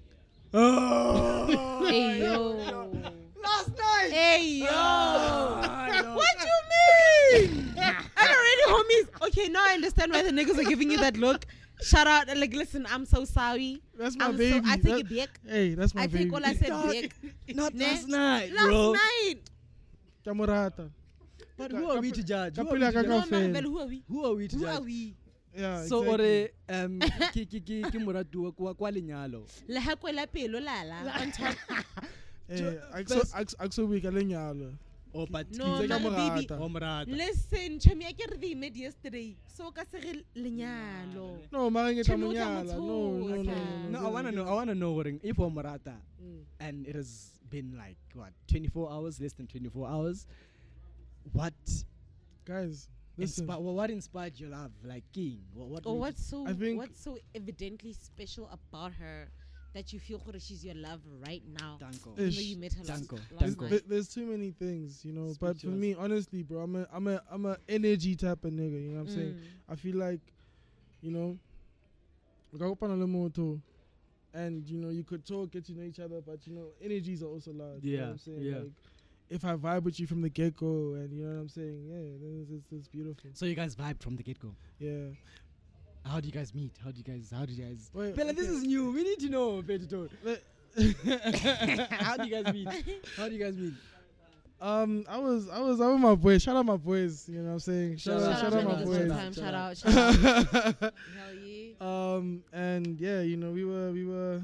A: Oh!
C: Hey yo.
A: Last night!
C: Hey yo.
B: Ah.
A: Oh,
C: what you mean? I already homies. Okay, now I understand why the niggas are giving you that look. Shout out. Like, listen, I'm so sorry.
B: That's my
C: I'm
B: baby.
C: So, I take
B: That-
C: it back.
B: Hey, that's my
C: I
B: baby.
C: take all I said
D: Dog.
C: back.
D: Not
C: Ne?
D: last night,
C: Last
D: bro.
C: night.
B: Kamorata.
A: But who are we to judge? Who are we
B: Kapula
A: to judge?
B: Girl
C: No, man,
B: friend.
C: well, who are we?
A: Who are we to
C: Who are
A: judge?
C: we?
B: Yeah.
D: So
B: exactly.
D: ore um ki ki ki ki moratuwa kwa kwa lenyalo.
C: lehakwe la pelo la la on top
B: Hey, Axo,
D: best-
B: Axo, Axo, we can learn
A: Oh, but
C: No,
A: Kiza
B: Ke tse ka
C: man,
A: Kamora-
C: baby.
B: morata.
A: Oh, Morata.
C: listen chami ya ke re they made yesterday so ka se re lenyalo
B: No, maringe
C: Chalo,
B: tamunyala. No, no, no, no.
D: No, I wanna know. I wanna know ore if omorata
B: Mm.
D: and it has been like what 24 hours, less than 24 hours. What
B: Guys, listen.
D: inspired? What inspired your love? Like king? What? what
C: or
D: made
C: what's so
B: I think-
C: what's so evidently special about her that you feel gore she's your love right now?
A: Danko.
B: Eh,
C: Even
B: Ish.
C: though you met her last,
A: Danko,
C: last
A: danko.
C: night.
B: Th- there's too many things, you know.
D: Speak
B: but
D: to
B: for
D: us.
B: me, honestly, bro, I'm a I'm a I'm a energy type of nigga. You know what I'm saying?
C: Mm.
B: I feel like, you know, ukakupana le moto, and you know you could talk, get to know each other, but you know energies are also loud. you know
A: Yeah,
B: what I'm saying?
A: yeah.
B: Like, if I vibe with you from the get go, and you know what I'm saying, yeah, then it's, it's, it's beautiful.
A: So you guys vibe from the get go.
B: Yeah.
A: How do you guys meet? How do you guys? How do you guys?
B: Wait,
D: Bella, this
B: okay.
D: is new. We need to know, Pedro.
B: Let-
D: How do you guys meet? How do you guys meet?
B: Um, I was I was out with my boys. Shout out my boys. You know what I'm saying? Shout,
D: Shout
B: out, shout out
D: shout
B: my
D: out,
B: boys.
D: shout
C: Time,
D: Shout
C: shout
D: out.
C: out, shout out. Hell yeah.
B: Um, and yeah, you know, we were we were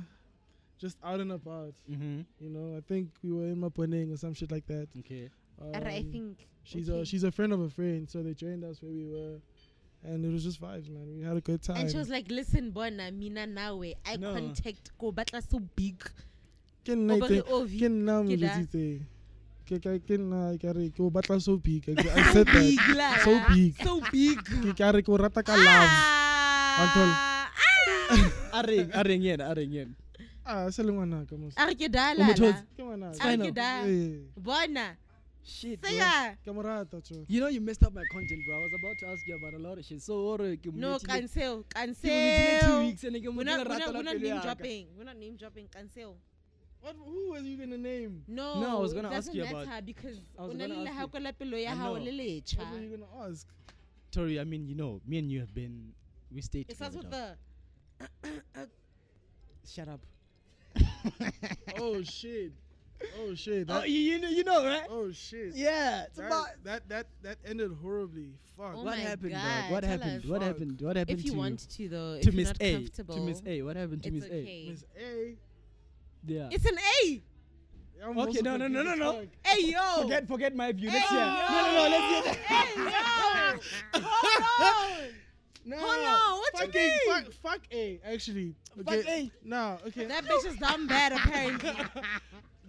B: just out and about.
A: Mm-hmm.
B: You know, I think we were in Maponeng or some shit like that.
A: Okay.
B: Um,
C: Alright, I think
B: she's
C: okay.
B: a she's a friend of a friend, so they joined us where we were, and it was just vibes, man. We had a good time.
C: And she was like, listen, Bona, Mina Nawe, I
A: No.
C: contact go, but that's so big.
B: Ken na
C: Over
B: ite-
C: the OV.
B: ken na
C: Ke da.
B: mojetsitse. Ke ka- ke nna ke re ke o batla so big. I I said that.
C: la,
B: So big.
C: So big.
B: Ke ka re ke o rata ka love.
C: Ah,
D: A ring, a ring yena, a ring yena.
B: Ah, se le ngwanaka mos.
C: ah. Are ke da
D: O mo
C: lala?
D: thotse.
B: Ke ngwanaka.
C: Are ke da?
B: Eh,
C: Bona,
D: Shit.
C: say
D: bro.
C: ya.
B: ke mo rata, tjo.
D: You know you messed up my content, bro. I was about to ask you about a lot of shit. So ore ke mo
C: No,
D: meetile-
C: cancel,
D: ke mo meetile two
C: cancel.
D: weeks and ke mo
C: We're
D: dira
C: not, we're not,
D: rata la
C: we're not
D: pelo
C: name
D: ya ka.
C: dropping. We're not name dropping. Cancel.
B: What, who was you gonna name?
C: No,
A: No, I was
C: it
A: gonna ask
C: doesn't
A: you
C: matter
A: about-
C: because
D: I was
C: o na
D: gonna
C: le
D: ask
C: lehako la pelo ya
A: I know.
C: hao le
B: What were
C: letjha.
B: you gonna ask?
A: Tori, I mean, you know, me and you have been. We stayed.
C: It starts
A: together,
C: with the
A: Shut up.
B: oh shit! Oh shit!
D: Oh,
B: That,
D: you, you know, you know, right?
B: oh shit!
D: Yeah. It's about
B: That, that that that ended horribly. Fuck.
C: Oh my
D: what happened, dog?
C: God,
D: What
C: tell
D: happened?
C: us.
D: What
B: Fuck.
D: happened? What happened
C: if you
D: to
C: want to though, if
A: to
C: you're
A: Miss
C: not
A: A.
C: comfortable,
A: To Miss A. What happened to
C: it's
A: Miss A?
C: okay.
B: Miss A.
D: Yeah.
C: It's an A.
B: I'm
D: Okay,
B: also
D: no, no, no, no,
B: confused
D: no.
B: as fuck.
C: Hey yo.
D: Forget, forget my view.
C: Oh. Hey,
D: Let's hear. No, no, no. Let's hear. that.
C: Hey yo. Hold on.
B: No,
C: Hold on, what you
B: fuck
C: mean?
B: A, fuck, fuck A. Actually. Okay. Nah. Okay.
C: That bitch is down bad apparently.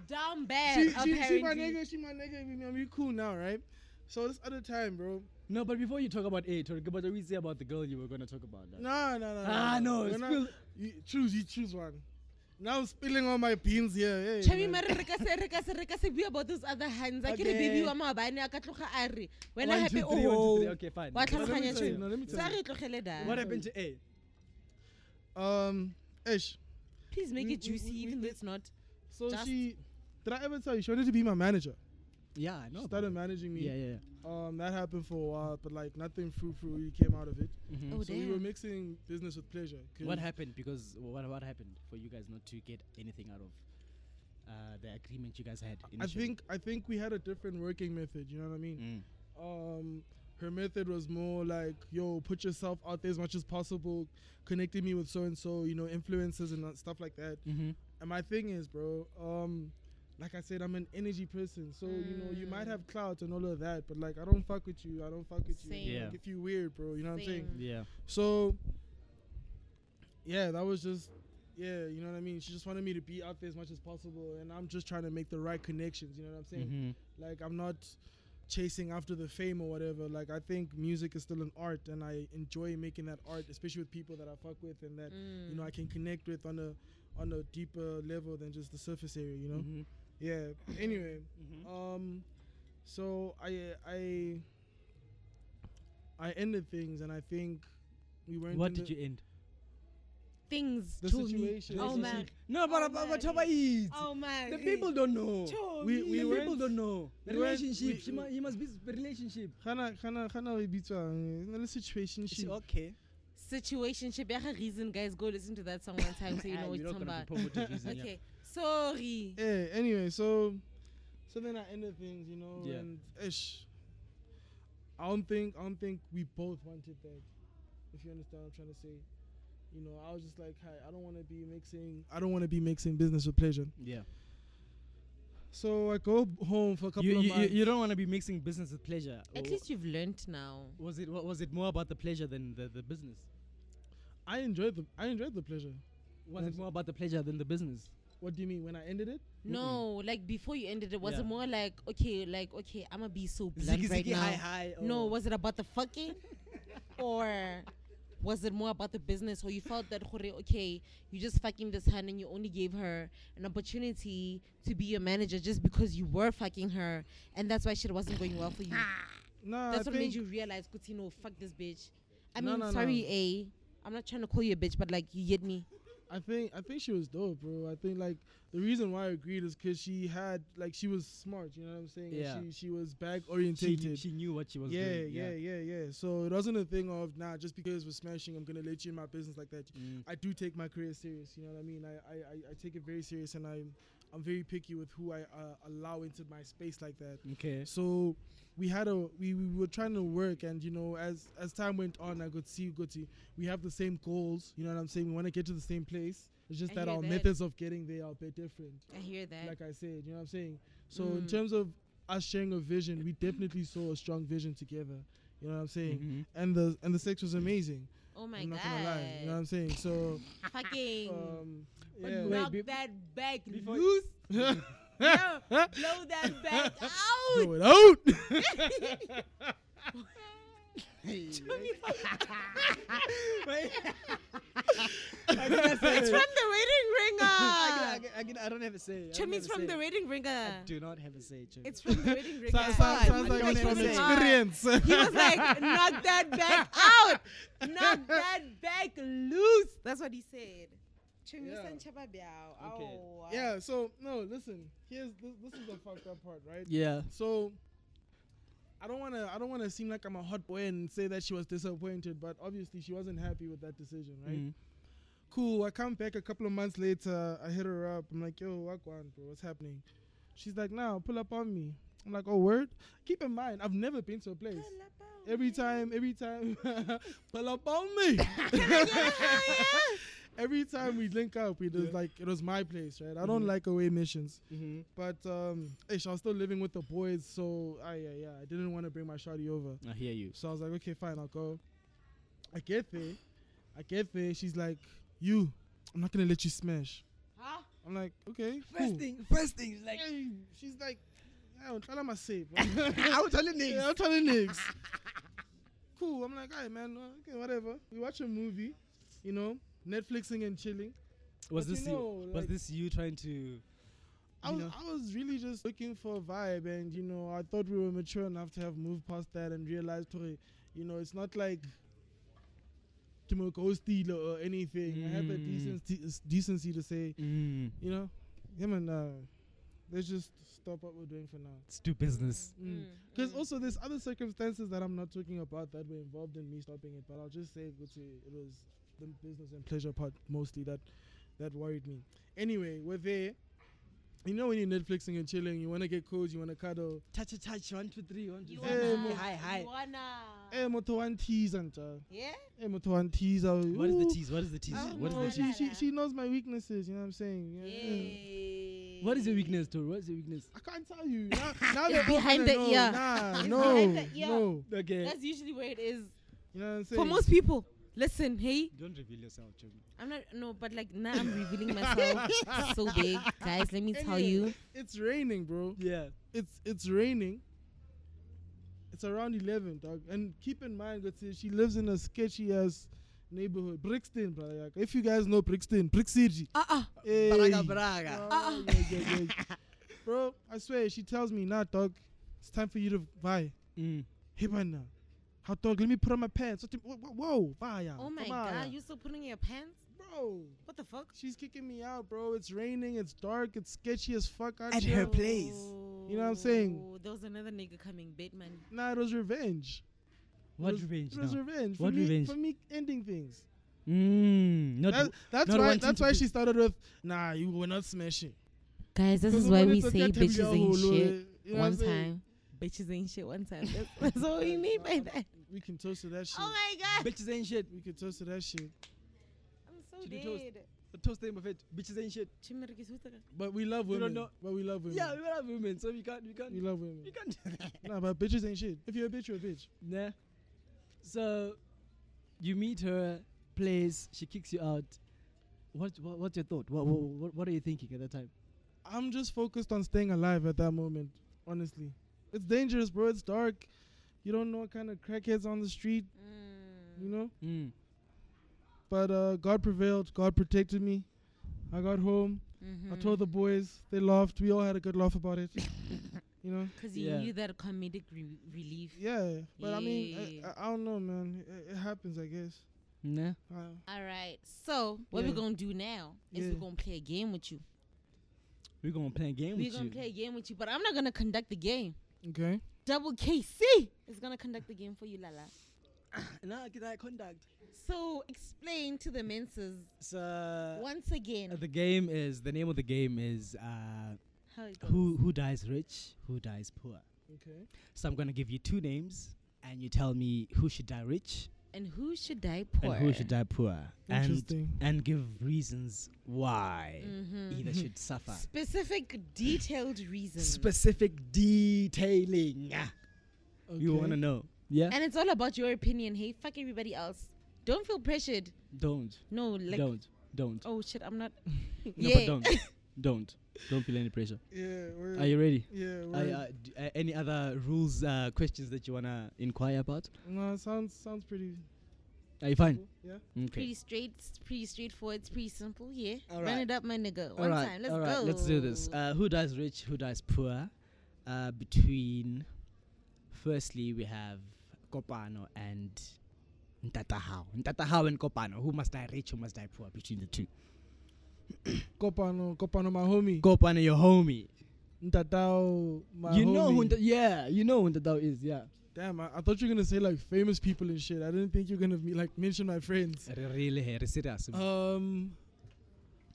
C: down bad
B: she, she,
C: apparently.
B: she my nigga. She my nigga. We, we cool now, right? So this other time, bro.
D: No, but before you talk about A, talk about we say about the girl you were gonna talk about. dog.
B: Nah, nah, nah.
D: Ah, no,
B: We're
D: spill-
B: you, choose. You choose one. Now I'm spilling all my beans here. Hey,
C: Chami
B: man.
C: mare re ka se re ka se re ka se bua about those other hands. A ke re
D: Okay.
C: bibi wa maabane a ka tloga a re wena
D: One,
C: happy
D: two, three, one, two, three.
C: oh.
D: Okay, fine.
C: Wa
B: me
C: tlhaloganya
B: tell you, no, let me
C: tshwene.
B: tell
C: Sa
B: you.
C: re tlogele da.
D: What happened to A?
B: Um, Ish.
C: Please make
B: We-
C: it
B: we- we-
C: juicy
B: we-
C: even though it's not.
B: So
C: Just-
B: she. Did I ever tell you she wanted to be my manager?
D: Yeah, I know.
B: She
D: about
B: started
D: it.
B: managing me.
D: Yeah, yeah.
B: Um, that happened for a while, but like nothing fruitful really came out of it.
D: Mm-hmm.
C: Oh
B: so we were
C: damn.
B: mixing business with pleasure. 'cause
A: What happened? Because what what happened for you guys not to get anything out of uh, the agreement you guys had?
B: I
A: Initially?
B: think I think we had a different working method. You know what I mean?
A: Mm.
B: Um, her method was more like, yo, put yourself out there as much as possible, connecting me with so and so, you know, influences and that- stuff like that.
A: Mm-hmm.
B: And my thing is, bro, um, like I said, I'm an energy person, so you know, you
C: Mm.
B: might have clout and all of that, but like, I don't fuck with you. I don't fuck with you.
C: Same.
A: Yeah.
B: Like, if you weird, bro, you know what I'm saying?
C: Same.
A: Yeah.
B: So, yeah, that was just, yeah, you know what I mean? She just wanted me to be out there as much as possible, and I'm just trying to make the right connections, you know what I'm saying?
A: Mm-hmm.
B: Like, I'm not chasing after the fame or whatever. Like, I think music is still an art, and I enjoy making that art, especially with people that I fuck with and that,
C: Mm.
B: you know, I can connect with on a on a deeper level than just the surface area, you know?
A: Mhm.
B: Yeah. Anyway,
A: Mm-hmm.
B: um, so I I I ended things, and I think we weren't.
A: What
B: in
A: did
B: the,
A: you end?
C: Things.
B: The
C: told me.
B: situation.
C: Oh
B: Relationship.
C: man.
D: No, but
C: Oh,
D: but but
C: man.
D: Toba is.
C: Oh man.
D: The people don't know.
C: Told
B: We-
C: me.
B: we
D: the
B: went-
D: people don't know. The
B: we went-
D: relationship.
B: we-
D: she mu- he must be s- relationship.
B: Hana Hana Hana we beat her. Another situation. She.
D: okay.
C: situationship ya ga reason guys go listen to that song one time so you know what you're talking about
A: okay.
C: okay sorry
B: Yeah. Anyway, so so then I ended things, you know,
D: Yeah.
B: and ish. I don't think I don't think we both wanted that. If you understand what I'm trying to say, you know, I was just like, hi, I don't want to be mixing. I don't want to be mixing business with pleasure.
A: Yeah.
B: So I go home for a couple
A: You,
B: of
A: you, you
B: months.
A: you don't want to be mixing business with pleasure.
B: Oh.
C: at
A: Or
C: least you've learnt now
A: was it wa- was it more about the pleasure than the, the business?
B: I enjoyed the I enjoyed the pleasure.
A: Was it
B: That's-
A: more about the pleasure than the business?
B: What do you mean when I ended it?
C: no like before you ended it was
A: Yeah.
C: it more like okay like okay i'm gonna be so blunt right now
D: hi.
C: no was it about the fucking or was it more about the business or you felt that gore, okay you just fucking this hand and you only gave her an opportunity to be your manager just because you were fucking her and that's why shit wasn't going well for you
B: Nah,
C: that's
B: Ah, I
C: what made
B: think-
C: you realize kuti no fuck this bitch i
B: No,
C: mean
B: no, no.
C: sorry a i'm not trying to call you a bitch but like you get me
B: I think I think she was dope, bro. I think like the reason why I agreed is because she had like she was smart. You know what I'm saying? And
A: Yeah.
B: She she was back
A: She,
B: orientated.
A: she knew what she was
B: yeah,
A: doing.
B: yeah, yeah, yeah, So it wasn't a thing of nah, just because we're smashing, I'm gonna let you in my business like that.
A: Mm.
B: I do take my career serious. You know what I mean? I I, I, I take it very serious, and I'm I'm very picky with who I uh, allow into my space like that.
A: Okay.
B: So we had a we, we were trying to work and you know as as time went on I could see Guti we have the same goals you know what I'm saying we want to get to the same place it's just
C: I
B: that
C: hear
B: our
C: that.
B: methods of getting there are a bit different
C: i hear that
B: like I said you know what I'm saying so in
C: Mm.
B: terms of us sharing a vision we definitely saw a strong vision together you know what I'm saying
A: Mhm.
B: and the and the sex was amazing
C: oh my
B: I'm not
C: god
B: gonna lie you know what I'm saying so
C: fucking
B: um
C: But
B: yeah
C: knock
D: be-
C: that back
A: before-
C: loose. blow, blow that back out.
B: Blow it out
C: It's from the wedding
A: I,
C: ringer.
A: can, I, can, I don't have a say. I don't
C: Chummy's
A: have a
C: Ah. from
A: say.
C: the wedding ringer.
A: Do not have a say, Jimmy.
C: It's from the wedding ringer.
B: sounds, sounds, sounds
C: What
B: like
C: the
B: it's
C: fuck
B: from
C: is on?
B: experience
C: Uh, He was like, knock that back out. Knock that back loose. That's what he said. Chummy
B: Yeah.
C: san chapa biao.
A: Okay.
C: Ow.
B: Yeah, so no, listen. Here's this, this is the fucked up part, right?
D: Yeah.
B: So I don't want to I don't want to seem like I'm a hot boy and say that she was disappointed, but obviously she wasn't happy with that decision, right?
A: Mm.
B: Cool. I come back a couple of months later. I hit her up. I'm like, "Yo, what on, bro? What's happening?" She's like, "Now, pull up on me." I'm like, "Oh, word." Keep in mind, I've never been to a place. Every time, every time, pull up on me. every time we link up, we just like it was my place, right? I don't like away missions.
A: Mm-hmm.
B: But um, ish, I was still living with the boys, so I yeah, yeah, I didn't want to bring my shawty over.
A: I hear you.
B: So I was like, okay, fine, I'll go. I get there, I get there. She's like, you, I'm not gonna let you smash.
C: Huh?
B: I'm like, okay.
D: First
B: cool.
A: Hmm.
D: thing, first thing is like,
B: Hey, she's like, I don't tell her myself. bro."
D: I was telling
B: Yeah,
D: niggas.
B: I'm telling niggas. cool. I'm like, alright, man. uh, Okay, whatever. We watch a movie, you know, Netflixing and chilling.
A: Was
B: But you
A: this
B: know,
A: you? Was
B: like-
A: this you trying to?
B: I
A: You
B: was,
A: know?
B: I was really just looking for a vibe, and you know, I thought we were mature enough to have moved past that and realized, "Hey, you know, it's not like Kimo Steal or anything. I had the
A: Mm.
B: decency, decency to say,
A: Mm.
B: you know, him and uh, let's just stop what we're doing for now.
A: Let's do business.
B: Mm. Because also there's other circumstances that I'm not talking about that were involved in me stopping it, but I'll just say Gucci, it was the business and pleasure part mostly that that worried me. Anyway, we're there. You know when you're Netflixing and chilling, you wanna get cozy, you wanna cuddle.
D: Touch, touch, touch. One, two, three. One, two,
C: You
D: three.
B: Eh,
C: wanna,
B: mo-
D: Hi,
C: you
D: hi.
C: wanna.
B: Eh, moto one tease and uh,
C: Yeah?
B: eh, moto one tease. uh,
A: What is the
B: ooh.
A: tease? What is the tease?
C: I don't
A: What is
B: No,
A: the
C: know.
A: tease?
B: she, she she knows my weaknesses. You know what I'm saying? Yeah.
C: Yay.
D: What is your weakness, Tor? What is your weakness?
B: I can't tell you. Now, now
C: It's
B: they're all
C: behind
B: gonna
C: the
B: know.
C: ear.
B: Nah,
C: It's
B: no,
C: behind the ear.
B: no.
A: Okay.
C: That's usually where it is.
B: You know what I'm saying?
C: For most people, listen, hey,
A: Don't reveal yourself, Jimmy.
C: I'm not, no, but like now I'm revealing myself so big. Guys, let me tell
B: Anyway,
C: you.
B: it's raining, bro.
A: Yeah.
B: it's it's raining. It's around eleven, dog. And keep in mind, Gotsi, she lives in a sketchy ass neighborhood, Brixton, brother. Like, If you guys know Brixton, Brixton.
C: Uh uh
B: Hey.
D: Braga, braga.
B: Oh, yeah, yeah,
C: Uh-uh.
B: yeah. Bro, I swear, she tells me, nah, dog, it's time for you to buy.
A: Mm.
B: Hey, man, now. how dog? Let me put on my pants. What the- whoa, whoa, whoa, fire.
C: Oh my
B: Come on.
C: god, you still putting your pants?
B: bro.
C: What the fuck?
B: She's kicking me out, bro. It's raining. It's dark. It's sketchy as fuck out
D: At
B: here.
D: her place.
B: You know what I'm saying?
C: Oh, There was another nigga coming, bit man.
B: Nah, it was revenge.
A: What
B: it was,
A: revenge
B: It was
A: now?
B: revenge. For
A: What
B: me,
A: revenge?
B: For me, ending things.
A: Mm. Not.
B: That, that's
A: not
B: why.
A: wanting
B: That's
A: to
B: why
A: do-
B: she started with, "Nah, you were not smashing."
C: Guys, this
B: Because
C: is why
B: when
C: we
B: it's a
C: say
B: cat, we
C: bitches
B: all
C: ain't
B: know
C: shit
B: it. You know what I'm
C: one
B: saying?
C: time. Bitches ain't shit one time. That's, that's all we mean by that.
B: We can toast to that shit.
C: Oh my god.
D: Bitches ain't shit.
B: We can toast to that shit.
C: I'm so
D: Should we toast?
C: dead.
D: Toast them of it. Bitches ain't shit.
C: Chimirikisutaka.
B: But we love
D: You
B: women.
D: don't know-
B: But we love women.
D: Yeah, we are women, so we can't, we
B: we
D: can't,
B: love
D: we
B: women.
D: can't do that.
B: Nah, but bitches ain't shit. If you're a bitch, you're a bitch.
D: Nah. So, you meet her, plays, she kicks you out. What, what what's your thought? What, what- what what are you thinking at that time?
B: I'm just focused on staying alive at that moment. Honestly, it's dangerous, bro. It's dark. You don't know what kind of crackheads on the street. You know.
A: Mm.
B: But uh, God prevailed. God protected me. I got home.
C: Mm.
B: I
C: Mm-hmm.
B: told the boys. They laughed. We all had a good laugh about it. you know.
C: Because you
D: Yeah.
C: knew that comedic re- relief.
B: Yeah, but I mean,
C: Yeah.
B: I, I don't know, man. It, it happens, I guess.
D: Nah.
B: Uh,
C: All right. So what
B: Yeah.
C: we're gonna do now is
B: Yeah.
C: we're gonna play a game with you.
D: We're gonna play a game
C: We're
D: with
C: gonna
D: you.
C: play a game with you, but I'm not gonna conduct the game.
B: okay.
C: Double KC is gonna conduct the game for you, Lala.
D: Nah, get that conduct.
C: So explain to the menses
D: So
C: once again
A: The game is the name of the game is uh,
C: how it goes.
A: who who dies rich, who dies poor.
B: Okay.
A: So I'm gonna give you two names, and you tell me who should die rich
C: and who should die poor.
A: and who should die poor, and
B: Interesting.
A: and give reasons why either should suffer.
C: Mm-hmm. Specific, detailed reasons.
A: Specific detailing. Ah,
B: okay.
A: You wanna know? Yeah.
C: and it's all about your opinion. Hey, fuck everybody else. Don't feel pressured.
A: Don't
C: No, like
A: don't don't.
C: oh shit, I'm not.
D: No,
C: yeah. Mm.
D: but don't, don't, don't feel any pressure.
B: Yeah. We're,
D: Are you ready?
B: yeah.
A: Uh,
B: We're,
A: uh, d- uh, any other rules, uh, questions that you wanna inquire about?
B: no, it sounds sounds pretty.
A: Are you fine?
B: Cool. Yeah.
A: Okay.
C: Pretty straight, it's pretty straightforward, it's pretty simple. Yeah.
A: All
C: Run
A: right.
C: it up, my nigga.
A: All
C: One
A: right,
C: time. Let's
A: all right,
C: go.
A: let's do this. Uh, who dies rich? Who dies poor? Uh, between, firstly, we have Kopano and Ntatahao. Ntatahao and Kopano. Who must die rich? Who must die poor? Between the two.
B: Kopano, Kopano, my homie.
A: Kopano, your homie.
B: Ntatao, my
D: you
B: homie.
D: know who? Nta- yeah, you know who Ndadao is. Yeah.
B: Damn, I, I thought you were gonna say like famous people and shit. I didn't think you were gonna me, like mention my friends.
A: Re- Really, eh, re serious. mo.
B: Um.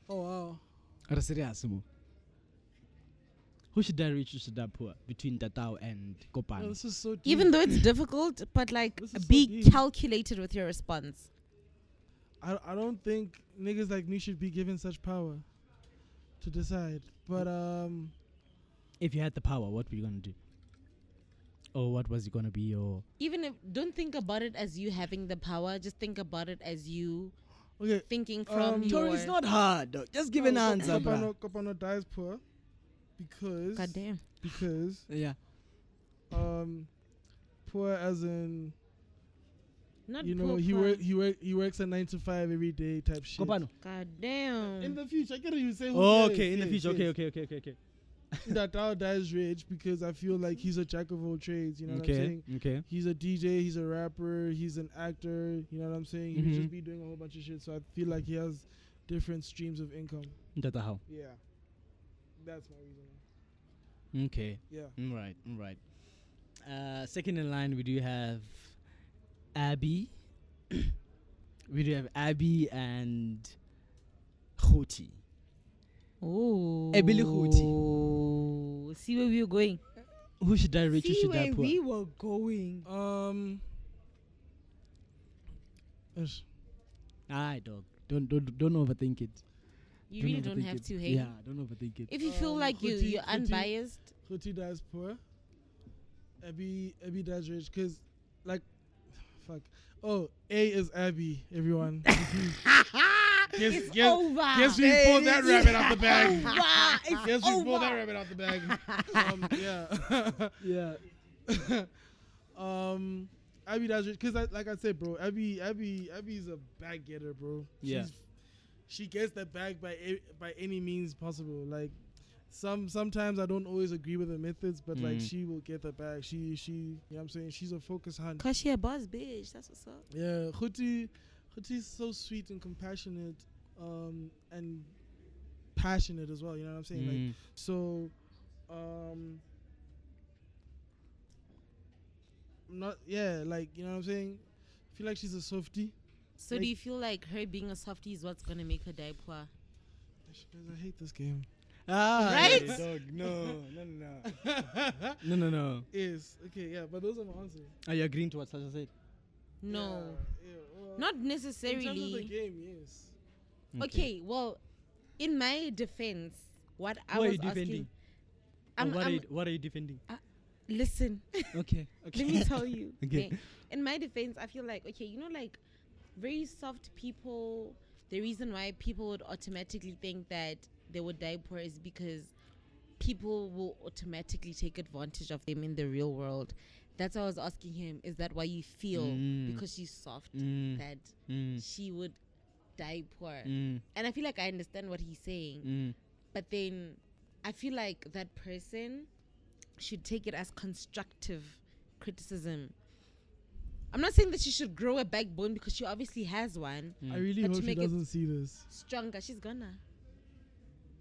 B: Oh wow.
A: Re serious. mo. Who should die rich? Who should die poor? Between Ntatao and
B: No,
A: Kopano.
B: this is so. Deep.
C: Even though it's difficult, but like
B: This is so
C: be
B: deep.
C: calculated with your response.
B: I, I don't think niggas like me should be given such power to decide. But um,
A: If you had the power, what were you gonna do? Or what was it gonna be your
C: Even if don't think about it as you having the power, just think about it as you
B: okay.
C: thinking from
B: Um,
C: your.
D: Tori, it's not hard. though. Just give an
C: Oh.
B: No,
D: answer, bro.
B: Kopano, Kopano dies poor because
C: God damn.
B: because
D: Yeah.
B: um, poor as in
C: Not
B: you know
C: poor
B: he work
C: price.
B: he work he works a nine to five every day type shit.
A: Kopano?
C: God damn.
B: In the future, I get what you say. who
A: Oh,
B: cares?
A: okay, in the
B: Yes,
A: future. Okay,
B: yes.
A: okay, okay, okay, okay.
B: that out dies rich because I feel like he's a jack of all trades. You know what I'm
A: Okay,
B: saying?
A: okay.
B: He's a DJ, he's a rapper, he's an actor. You know what I'm saying? He would
A: Mhm.
B: just be doing a whole bunch of shit. So I feel like he has different streams of income.
A: Ndata how?
B: Yeah, that's my reason.
A: Okay.
B: Yeah.
A: All right. All right. Uh, second in line, we do have Abby. we do have Abby and Khoti.
C: Oh.
A: Ebile Khuthi.
C: See where we were going.
A: Who should die rich? Who should die poor?
C: were going.
B: Um. ish.
A: Aye, dog. Don't don't don't overthink it.
C: You really don't
A: overthink
C: have
A: it.
C: to, hey?
A: Yeah, don't overthink it.
C: If you feel
B: Um,
C: like you,
B: Khuthi-
C: you're
B: Khuthi-
C: unbiased,
B: Kuti dies poor. Abby Abby dies rich because, like, fuck. Oh, A is Abby. Everyone. guess
C: it's
B: guess,
C: over.
B: guess we pulled that rabbit out the bag.
C: Wow, it's
B: Yes, we pulled that
C: over.
B: rabbit out the bag. um, yeah.
D: Yeah.
B: um, Abby does because, I, like I said, bro, Abby, Abby, Abby's a bag getter, bro.
D: Yeah.
B: She's, she gets the bag by a- by any means possible. Like some sometimes I don't always agree with her methods, but like
A: Mm.
B: she will get the bag. She she, you know what I'm saying? She's a focus hunt.
C: Cause she a boss bitch. That's what's up.
B: Yeah, Khuti, Khuti's so sweet and compassionate, um, and passionate as well. You know what I'm saying? Like
A: Mm.
B: so, um, I'm not yeah, like you know what I'm saying. I feel like she's a softie.
C: So do
B: Like-
C: you feel like her being a softie is what's gonna make her die poor?
B: Gosh, guys, I hate this game.
A: Ah,
C: Right?
A: Dog. No, no, no, no, no, no, no.
B: Yes. Okay. Yeah. But those are my answers.
A: Are you Ah, agreeing to what Sasha said?
C: No,
B: Yeah, yeah, well,
C: not
B: in terms of the
C: necessarily.
B: game. Yes.
C: Okay. well, in my defense, what I
A: Who are
C: was
A: you defending?
C: asking.
A: Or
C: I'm,
A: what, are
C: I'm-
A: you, what are you defending?
C: listen.
A: Okay. Okay.
C: Let me tell you.
A: Okay.
C: okay. In my defense, I feel like okay, you know, like very soft people. The reason why people would automatically think that they would die poor is because people will automatically take advantage of them in the real world. That's why I was asking him, is that why you feel
A: Mm.
C: because she's soft
A: Mm,
C: that
A: mm.
C: she would die poor.
A: Mm,
C: And I feel like I understand what he's saying.
A: mm,
C: But then I feel like that person should take it as constructive criticism. I'm not saying that she should grow a backbone because she obviously has one.
B: I really
C: But to
B: hope she
C: make it-
B: doesn't see this.
C: Stronger, she's gonna.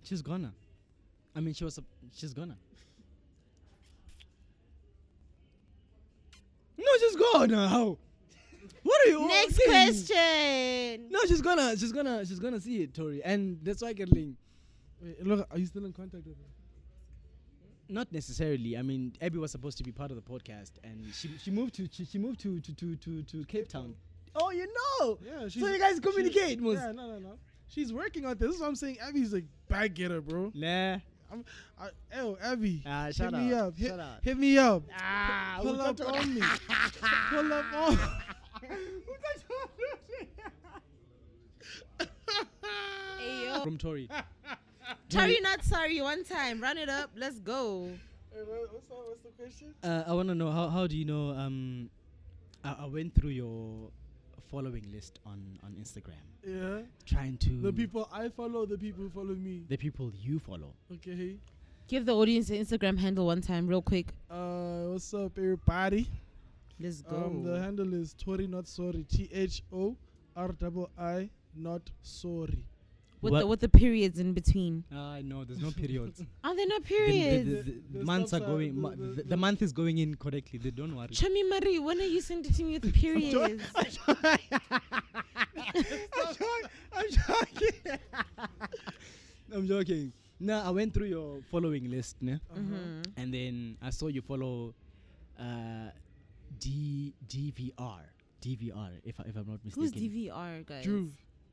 A: She's gonna. I mean, she was. sup- She's gonna. No, she's gonna. How? What are you?
C: Next
A: saying?
C: question.
A: No, she's gonna. She's gonna. She's gonna see it, Tori. And that's why Gerling.
B: Wait, look, are you still in contact with her?
A: Not necessarily. I mean, Abby was supposed to be part of the podcast, and she she moved to she, she moved to to to to, to Cape Town. Oh, you know.
B: Yeah,
A: so you guys
B: she-
A: communicate, Mus.
B: Yeah, no, no, no. She's working on this. This is what I'm saying. Abby's like bag getter, bro.
A: Nah.
B: I'm, I, ew, Abby.
A: Ah,
B: hit
A: shut
B: me
A: up,
B: up. Hit,
A: shut up.
B: hit me up.
A: Ah,
B: Pull up on me. Pull up on.
C: Ayo.
A: From Tori.
C: Sorry, not sorry. One time, round it up. Let's go.
B: what's up? What's the question?
A: Uh, I want to know how, how do you know? Um, I, I went through your following list on on Instagram,
B: Yeah.
A: trying to
B: The people I follow, the people who follow me.
A: the people you follow.
B: Okay.
C: Give the audience the Instagram handle one time, real quick.
B: Uh, what's up, everybody?
C: Let's go.
B: Um, the handle is Tori Not Sorry. T H O R double I Not Sorry.
C: with
A: What-
C: the with the periods in between.
A: I Ah, no, there's no periods.
C: Are there no
A: the,
C: periods?
A: the, the,
B: The
A: months are
B: stops are-
A: going.
B: the-
A: mo-
B: the-
A: the,
B: the-
A: the month is going in correctly. They don't worry.
C: Chami Marie, when are you sending me with periods?
A: I'm joking. I'm joking. I'm joking. No, I went through your following list, ne?
B: Uh-huh.
C: Mhm.
A: and then Mm, I saw you follow uh, D DVR. DVR, if, I, if I'm not mistaken.
C: Who's DVR, guys?
B: Drew.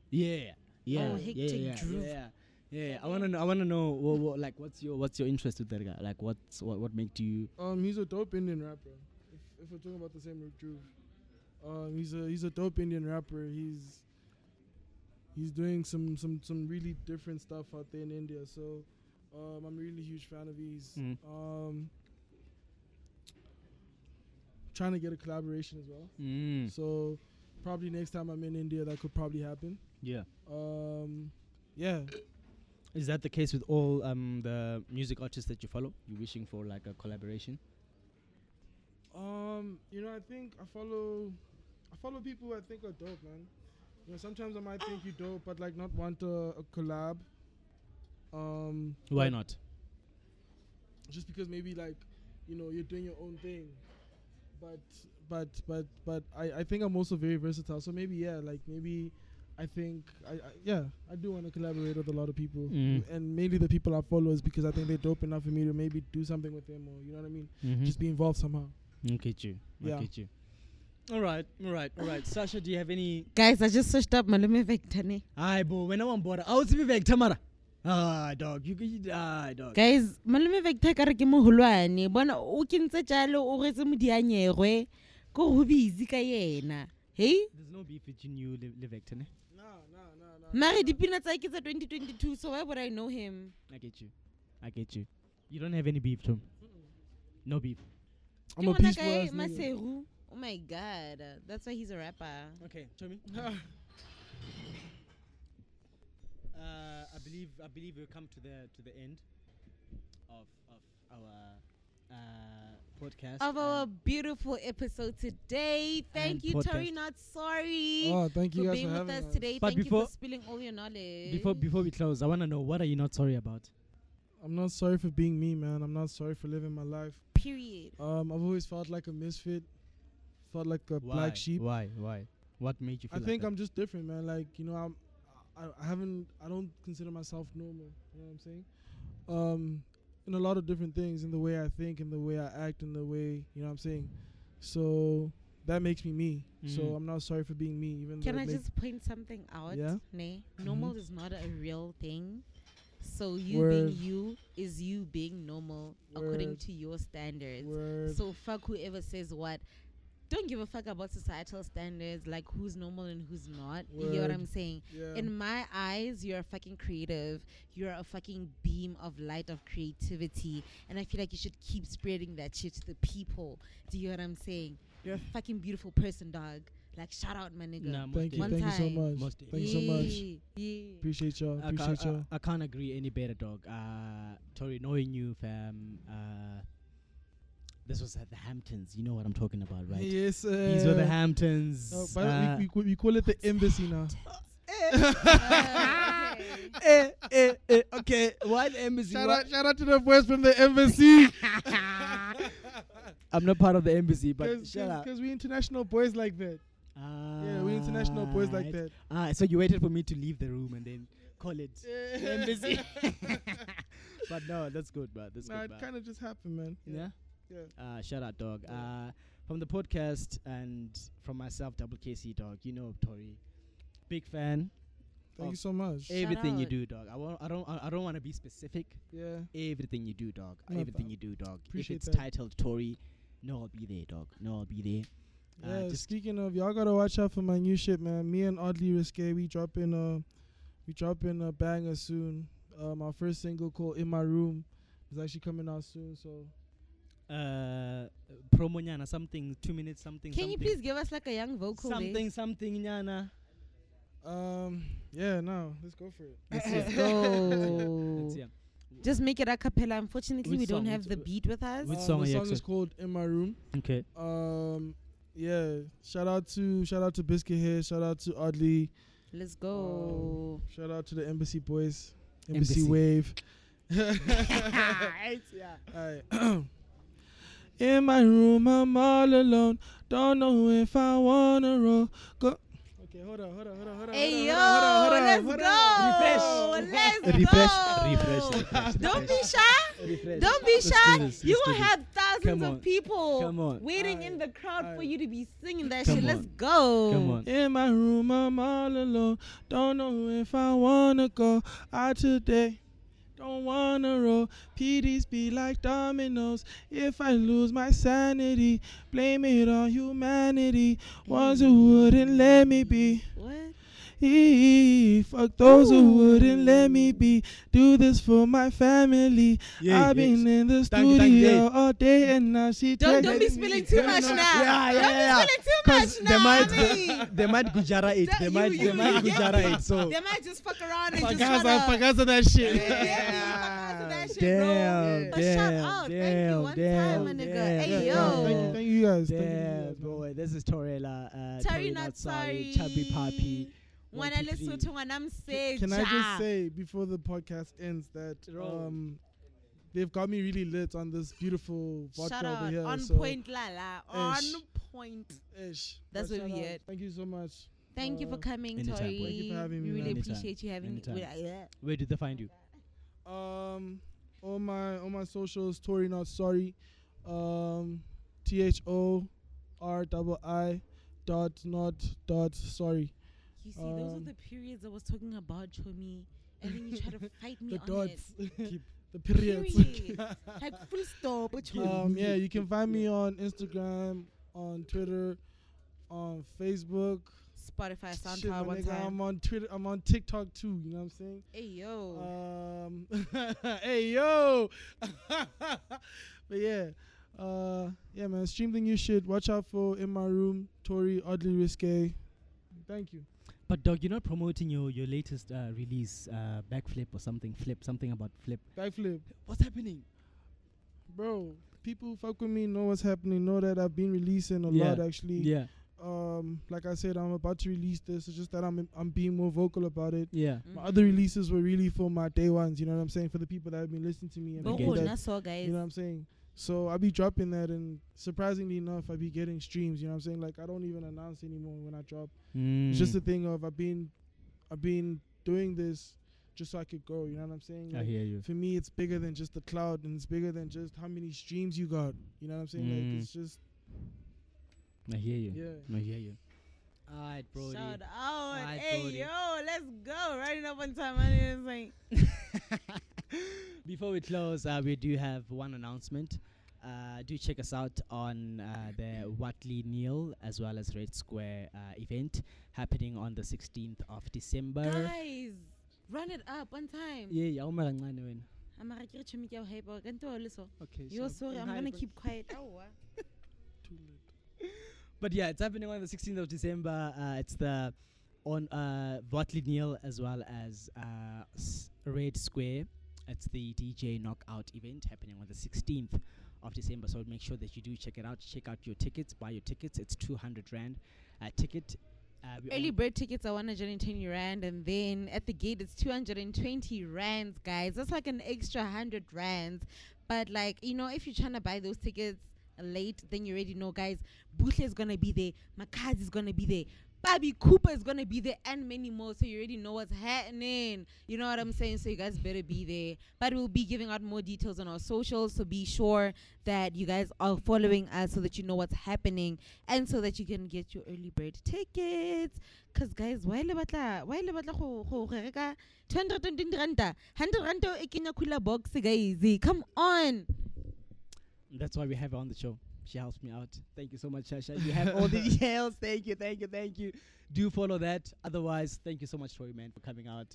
A: Yeah, yeah,
C: Oh,
A: yeah,
C: hectic
A: yeah,
C: droop.
A: yeah. Yeah, I wanna know. I wanna know. What, what, like, what's your what's your interest with that guy? Like, what's what what makes you?
B: Um, he's a dope Indian rapper. If, if we're talking about the same Rick Drew, um, he's a he's a dope Indian rapper. He's he's doing some some some really different stuff out there in India. So, um, I'm a really huge fan of his.
A: Mm.
B: Um, trying to get a collaboration as well.
A: Mm.
B: So, probably next time I'm in India, that could probably happen.
A: Yeah.
B: Um, yeah,
A: Is that the case with all um the music artists that you follow? You wishing for like a collaboration?
B: Um, you know, I think I follow, I follow people who I think are dope, man. You know, sometimes I might think you dope, but like not want a, a collab. Um,
A: Why not?
B: just because maybe like, you know, you're doing your own thing, but but but but I I think I'm also very versatile. So maybe yeah, like maybe. I think I, I yeah I do want to collaborate with a lot of people
A: Mm.
B: and mainly the people I follow is because I think they're dope enough for me to maybe do something with them or you know what I mean
A: Mm-hmm. Mm.
B: just be involved somehow.
A: Look at you. Look
B: Yeah.
A: at you. All right, all right, all right. Sasha, do you have any?
C: Guys, I just searched up Maleme Vectane.
A: Aye, bro. When I'm on board, I was even like Tamara. Ah, dog. You could. Ah, dog.
C: Guys, Maleme Vectane ka re ke mogolwane. Bona o kentse jalo o retse modianyegwe. Ko go busy ka yena. Hey?
A: There's no beef between you, Le- Levector. Ne?
B: Nah nah nah nah.
C: Mari dipina tsa ke tsa 2022, so why would I know him?
A: I get you. I get you. You don't have any beef, Tom. No beef.
B: I'm a
C: Ke ngwana
B: peaceful
C: kae,
B: ass nigga.
C: Maseru. Oh my god. That's why he's a rapper.
A: Okay, Tommy. uh, I believe I believe we've come to the to the end of of our uh, podcast.
C: of our
A: and-
C: beautiful episode today.
A: and
C: Thank you, Tori.
A: podcast.
C: Not sorry
B: Oh, thank you
C: for
B: guys
C: being
B: for
C: with
B: having
C: us
B: us.
C: today.
A: But
C: Thank you
A: before-
C: for spilling all your knowledge.
A: before before we close, I want to know what are you not sorry about?
B: I'm not sorry for being me, man. I'm not sorry for living my life.
C: period.
B: Um, I've always felt like a misfit, felt like a black sheep.
A: Why? Why? What made you
B: I
A: feel?
B: think I'm just different, man. Like you know, I'm, I, I haven't, I don't consider myself normal. You know what I'm saying? Um, in a lot of different things, in the way I think, in the way I act, in the way you know what I'm saying. So that makes me me. So
A: Mhm.
B: I'm not sorry for being me, even
C: Can
B: though.
C: I
B: it may-
C: just point something out?
B: Yeah. Mm-hmm.
C: Nay, normal is not a real thing. So you being
B: Word.
C: you is you being normal according
B: Word.
C: to your standards.
B: Word.
C: So fuck whoever says what. Don't give a fuck about societal standards, like who's normal and who's not. You hear what
B: Word.
C: I'm saying?
B: yeah.
C: In my eyes, you're a fucking creative. You're a fucking beam of light of creativity. And I feel like you should keep spreading that shit to the people. Do you hear what I'm saying? You're a fucking beautiful person, dog. Like shout out my nigga.
A: Nah, most
B: Thank you,
A: days.
C: One
B: thank you so
C: time.
B: much.
A: Most days.
B: Thank you so much.
C: Yeah, yeah.
B: Appreciate y'all.
A: I, ca-
B: Appreciate y'all.
A: I, I can't agree any better, dog. Uh, Tori, knowing you, fam, uh, this was at the Hamptons. You know what I'm talking about, right?
B: Yes. Uh,
A: These were the Hamptons.
B: no, but
A: uh,
B: we, we, we call it the embassy now.
C: Ah, okay.
A: eh, eh, eh, okay, what embassy?
B: Shout
A: Wha-
B: out, shout out to the boys from the embassy.
A: I'm not part of the embassy, but shout out.
B: Because we international boys like that. yeah, we international boys like
A: Alright.
B: that.
A: Ah, so you waited for me to leave the room and then call it the embassy. but no, that's good, bro. That's
B: Nah,
A: good,
B: it
A: bro.
B: kind of just happened, man.
A: yeah.
B: Yeah.
A: Uh, shout out, dog. Uh, from the podcast and from myself, Double KC, dog. You know, Tori, big fan.
B: Thank
A: Oh.
B: you so much.
C: Eh.
A: everything you
C: out.
A: do, dog. I won't, I don't. I I don't want to be specific.
B: yeah.
A: Everything you do, dog.
B: No,
A: everything
B: fam.
A: you do, dog.
B: Appreciate
A: if it's
B: that.
A: titled Tori, no, I'll be there, dog. No, I'll be there.
B: Yeah,
A: Uh, just
B: speaking of, y'all gotta watch out for my new shit, man. Me and Oddly Risque, we dropping a, we dropping a banger soon. Um, our first single called "In My Room" is actually coming out soon. So
A: uh, promo nyana something two minutes something.
C: Can you
A: something.
C: please give us like a young vocal? there?
A: something something nyana?
B: Um, yeah, no, let's go for it.
A: Let's hear.
C: Let's
A: Let's
C: go.
A: hear.
C: Just make it a cappella. Unfortunately,
A: Which
C: we don't
A: song?
C: have
A: Which-
C: the beat with us.
A: Which
B: Um,
A: song are
B: The
A: you
B: song is
A: accept-
B: called "In My Room."
A: Okay.
B: Um, yeah, shout out to shout out to Biscuit here. Shout out to Oddly.
C: Let's go.
A: Oh.
B: Shout out to the Embassy Boys. Embassy,
A: Embassy.
B: Wave. Alright. In my room, I'm all alone. Don't know if I wanna roll. Go. Okay, hold on, hold on, hold on, hold on.
C: Hey yo,
B: hold on, hold on,
C: let's
B: hold on, hold
C: go.
A: Refresh.
C: Let's
A: Refresh,
C: go.
A: refresh, refresh,
C: Don't be
A: refresh.
C: shy. Don't be shy.
A: this,
C: you
A: let's
C: will
A: do
C: have thousands
A: Come on.
C: of people
A: Come on.
C: waiting
B: Aye.
C: in the crowd for
B: Aye.
C: you to be singing that
A: Come
C: shit. Let's
A: on.
C: go.
A: Come on.
B: In my room, I'm all alone. Don't know if I wanna go out today. Don't wanna roll. PDs be like dominoes. If I lose my sanity, blame it on humanity. Ones who wouldn't let me be.
C: What?
B: Eee, Fuck those who wouldn't let me be. Do this for my family.
A: Yeah,
B: I've
A: yeah.
B: been in the
A: Thank you, thank you,
B: studio
A: yeah.
B: all day and now she
C: Don't don't
B: telling
C: be
B: me-
C: spilling too much now.
A: Yeah, yeah,
C: don't
A: yeah.
C: be
A: Cause
C: spilling
A: they
C: too
A: might,
C: much now. I mean,
A: they might Gujarat it.
C: That-
A: They
C: you-
A: might, they
C: you-
A: might
C: yeah.
A: Gujarat it. So
C: they might just fuck around and just
B: Fagaza,
C: try to.
B: fagaza that shit.
C: Yeah, yeah, yeah, fuck around with that shit, bro.
A: damn,
C: But shout
A: damn,
C: out. Thank you
A: damn,
C: one
A: damn,
C: time, my nigga.
A: damn,
C: Hey,
A: yeah,
C: yo.
B: Thank you, thank you guys. Thank you
A: Damn,
B: guys, man.
A: boy, this is Torella, uh,
C: Sorry,
A: Tori
C: not
A: not sorry,
C: sorry.
A: Chubby Papi. one,
C: When I
A: two,
C: listen
A: three.
C: to when I'm
B: Can-
C: sick.
B: Can I just say before the podcast ends that
A: Roll.
B: um, they've got me really lit on this beautiful vodka
C: Shout
B: over
C: out.
B: here.
C: on
B: so,
C: point, Lala. On
B: Ish.
C: point.
B: Ish.
C: That's
B: But
C: where
B: shout
C: we
B: out.
C: at.
B: Thank you so much.
C: Thank you
B: Uh,
C: for coming,
A: anytime, boy.
C: Tori.
B: Thank you for having me,
C: We really
B: man.
A: Anytime,
C: appreciate you having me.
A: anytime.
C: Yeah.
A: Where did they find you?
B: Um, all my all my socials, Tori not sorry, um, T H O R double I dot not dot sorry.
C: You see, those are
B: Um,
C: the periods I was talking about, Chomi. And then you try to fight me
B: The
C: on
B: dots,
A: Keep-
B: the
C: it.
B: periods.
C: Period. like full stop, Chomi.
B: um, yeah, you can find me on Instagram, on Twitter, on Facebook.
C: Spotify,
B: Shit, my
C: SoundCloud, one
B: nigga,
C: time.
B: I'm on Twitter. I'm on TikTok too. You know what I'm saying?
C: Hey yo.
B: Um, hey yo, but yeah, uh, yeah, man. Stream the new shit. Watch out for in my room, Tori oddly risque. Thank you.
A: But dog, you're not promoting your your latest uh, release, uh, backflip or something, flip, something about flip.
B: Backflip,
A: What's happening?
B: bro. People fuck with me. Know what's happening. Know that I've been releasing a
A: Yeah.
B: lot actually.
A: Yeah,
B: Um, like I said, I'm about to release this. It's just that I'm I'm being more vocal about it.
A: yeah.
C: Mm. Mm-hmm.
B: My other releases were really for my day ones. You know what I'm saying? For the people that have been listening to me and
C: Go
A: Okay.
B: people
C: on,
B: that
C: that's all, guys.
B: You know what I'm saying? So I be dropping that, and surprisingly enough, I be getting streams. You know what I'm saying? Like I don't even announce anymore when I drop.
A: Hmm.
B: It's
A: Mm.
B: just a thing of I've been, I've been doing this just so I could grow. You know what I'm saying?
A: I
B: Like,
A: hear you.
B: for me, it's bigger than just the cloud, and it's bigger than just how many streams you got. You know what I'm saying?
A: Mm.
B: Like it's just
A: I hear you.
B: yeah.
A: I hear you. Alright, bro.
C: Shout out.
A: Alright,
C: hey
A: Brody.
C: yo, let's go. Riding up one time. And it was like,
A: Before we close, uh, we do have one announcement. Uh, do check us out on uh, the Watley Neil as well as Red Square uh, event happening on the 16th of
B: Uh,
A: December.
C: guys, run it up one time.
A: Yeah, yeah, uma kancane wena.
C: I'm a rich chumik yo hype. Ganto liso.
A: Okay.
C: Yo, sorry, I'm gonna keep quiet. Awa.
B: Too late.
A: But yeah, it's happening on the 16th of December. Uh, it's the on uh, Votley Neal as well as uh, S- Red Square. It's the DJ Knockout event happening on the 16th of December. So make sure that you do check it out. Check out your tickets. Buy your tickets. It's 200 rand a ticket. Uh, we
C: Early
A: only-
C: bird tickets are 120 rand, and then at the gate it's 220 rands, guys. That's like an extra 100 rands. But like you know, if you're trying to buy those tickets late, then you already know, guys. Butle is gonna be there. Makaz is gonna be there. Bobby Cooper is gonna be there, and many more. So you already know what's happening. You know what I'm saying? So you guys better be there. But we'll be giving out more details on our socials. So be sure that you guys are following us so that you know what's happening and so that you can get your early bird tickets. Cause guys, why le batla why le batla go go go reka 220 ranta 100 ranta e kenya cooler box guys. Come on.
A: That's why we have her on the show. She helps me out. Thank you so much, Shasha. You have all the details. Thank you, thank you, thank you. Do follow that. Otherwise, thank you so much, Troy, man, for coming out.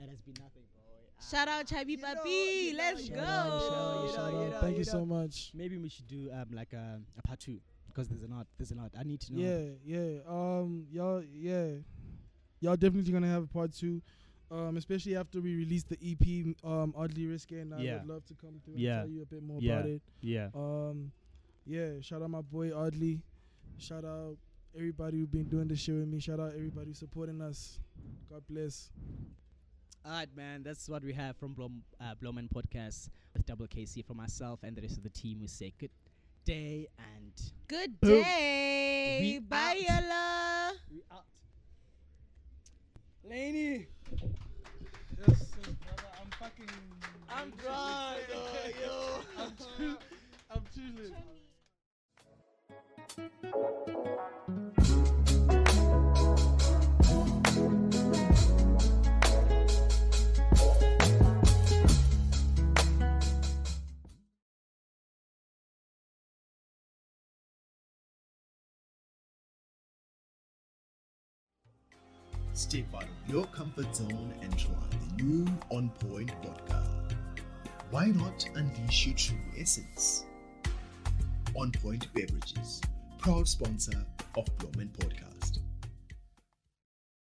A: It has been nothing, Ah. bro.
C: Shout out Chabi
A: know,
C: Papi.
A: you know,
C: Let's
A: you
C: go.
A: know, you know, you know,
B: Shout
A: you
B: out.
A: know,
B: Thank
A: you
B: you so
A: know.
B: much.
A: Maybe we should do um, like a, a part two because there's a lot. There's a lot. I need to know.
B: Yeah, yeah. Um, y'all, yeah, y'all definitely gonna have a part two. Um, especially after we release the EP, um, Oddly Risky, and I
A: Yeah.
B: would love to come through
A: Yeah.
B: and tell you a bit more
A: Yeah.
B: about it.
A: yeah.
B: Um, yeah. Shout out my boy Oddly. Shout out everybody who's been doing this shit with me. Shout out everybody supporting us. God bless.
A: All right, man. That's what we have from Blom, uh, Blomman Podcast with Double KC. For myself and the rest of the team, we say good day and
C: Good
A: Boom.
C: day.
A: We
C: Bye,
A: out.
C: Yala.
A: we out. Laney,
B: Yes, brother. I'm fucking.
A: I'm drunk. yo.
B: I'm chilling.
E: Step out of your comfort zone and try the new On Point vodka. Why not unleash your true essence? On Point Beverages, proud sponsor of Bloomin' Podcast.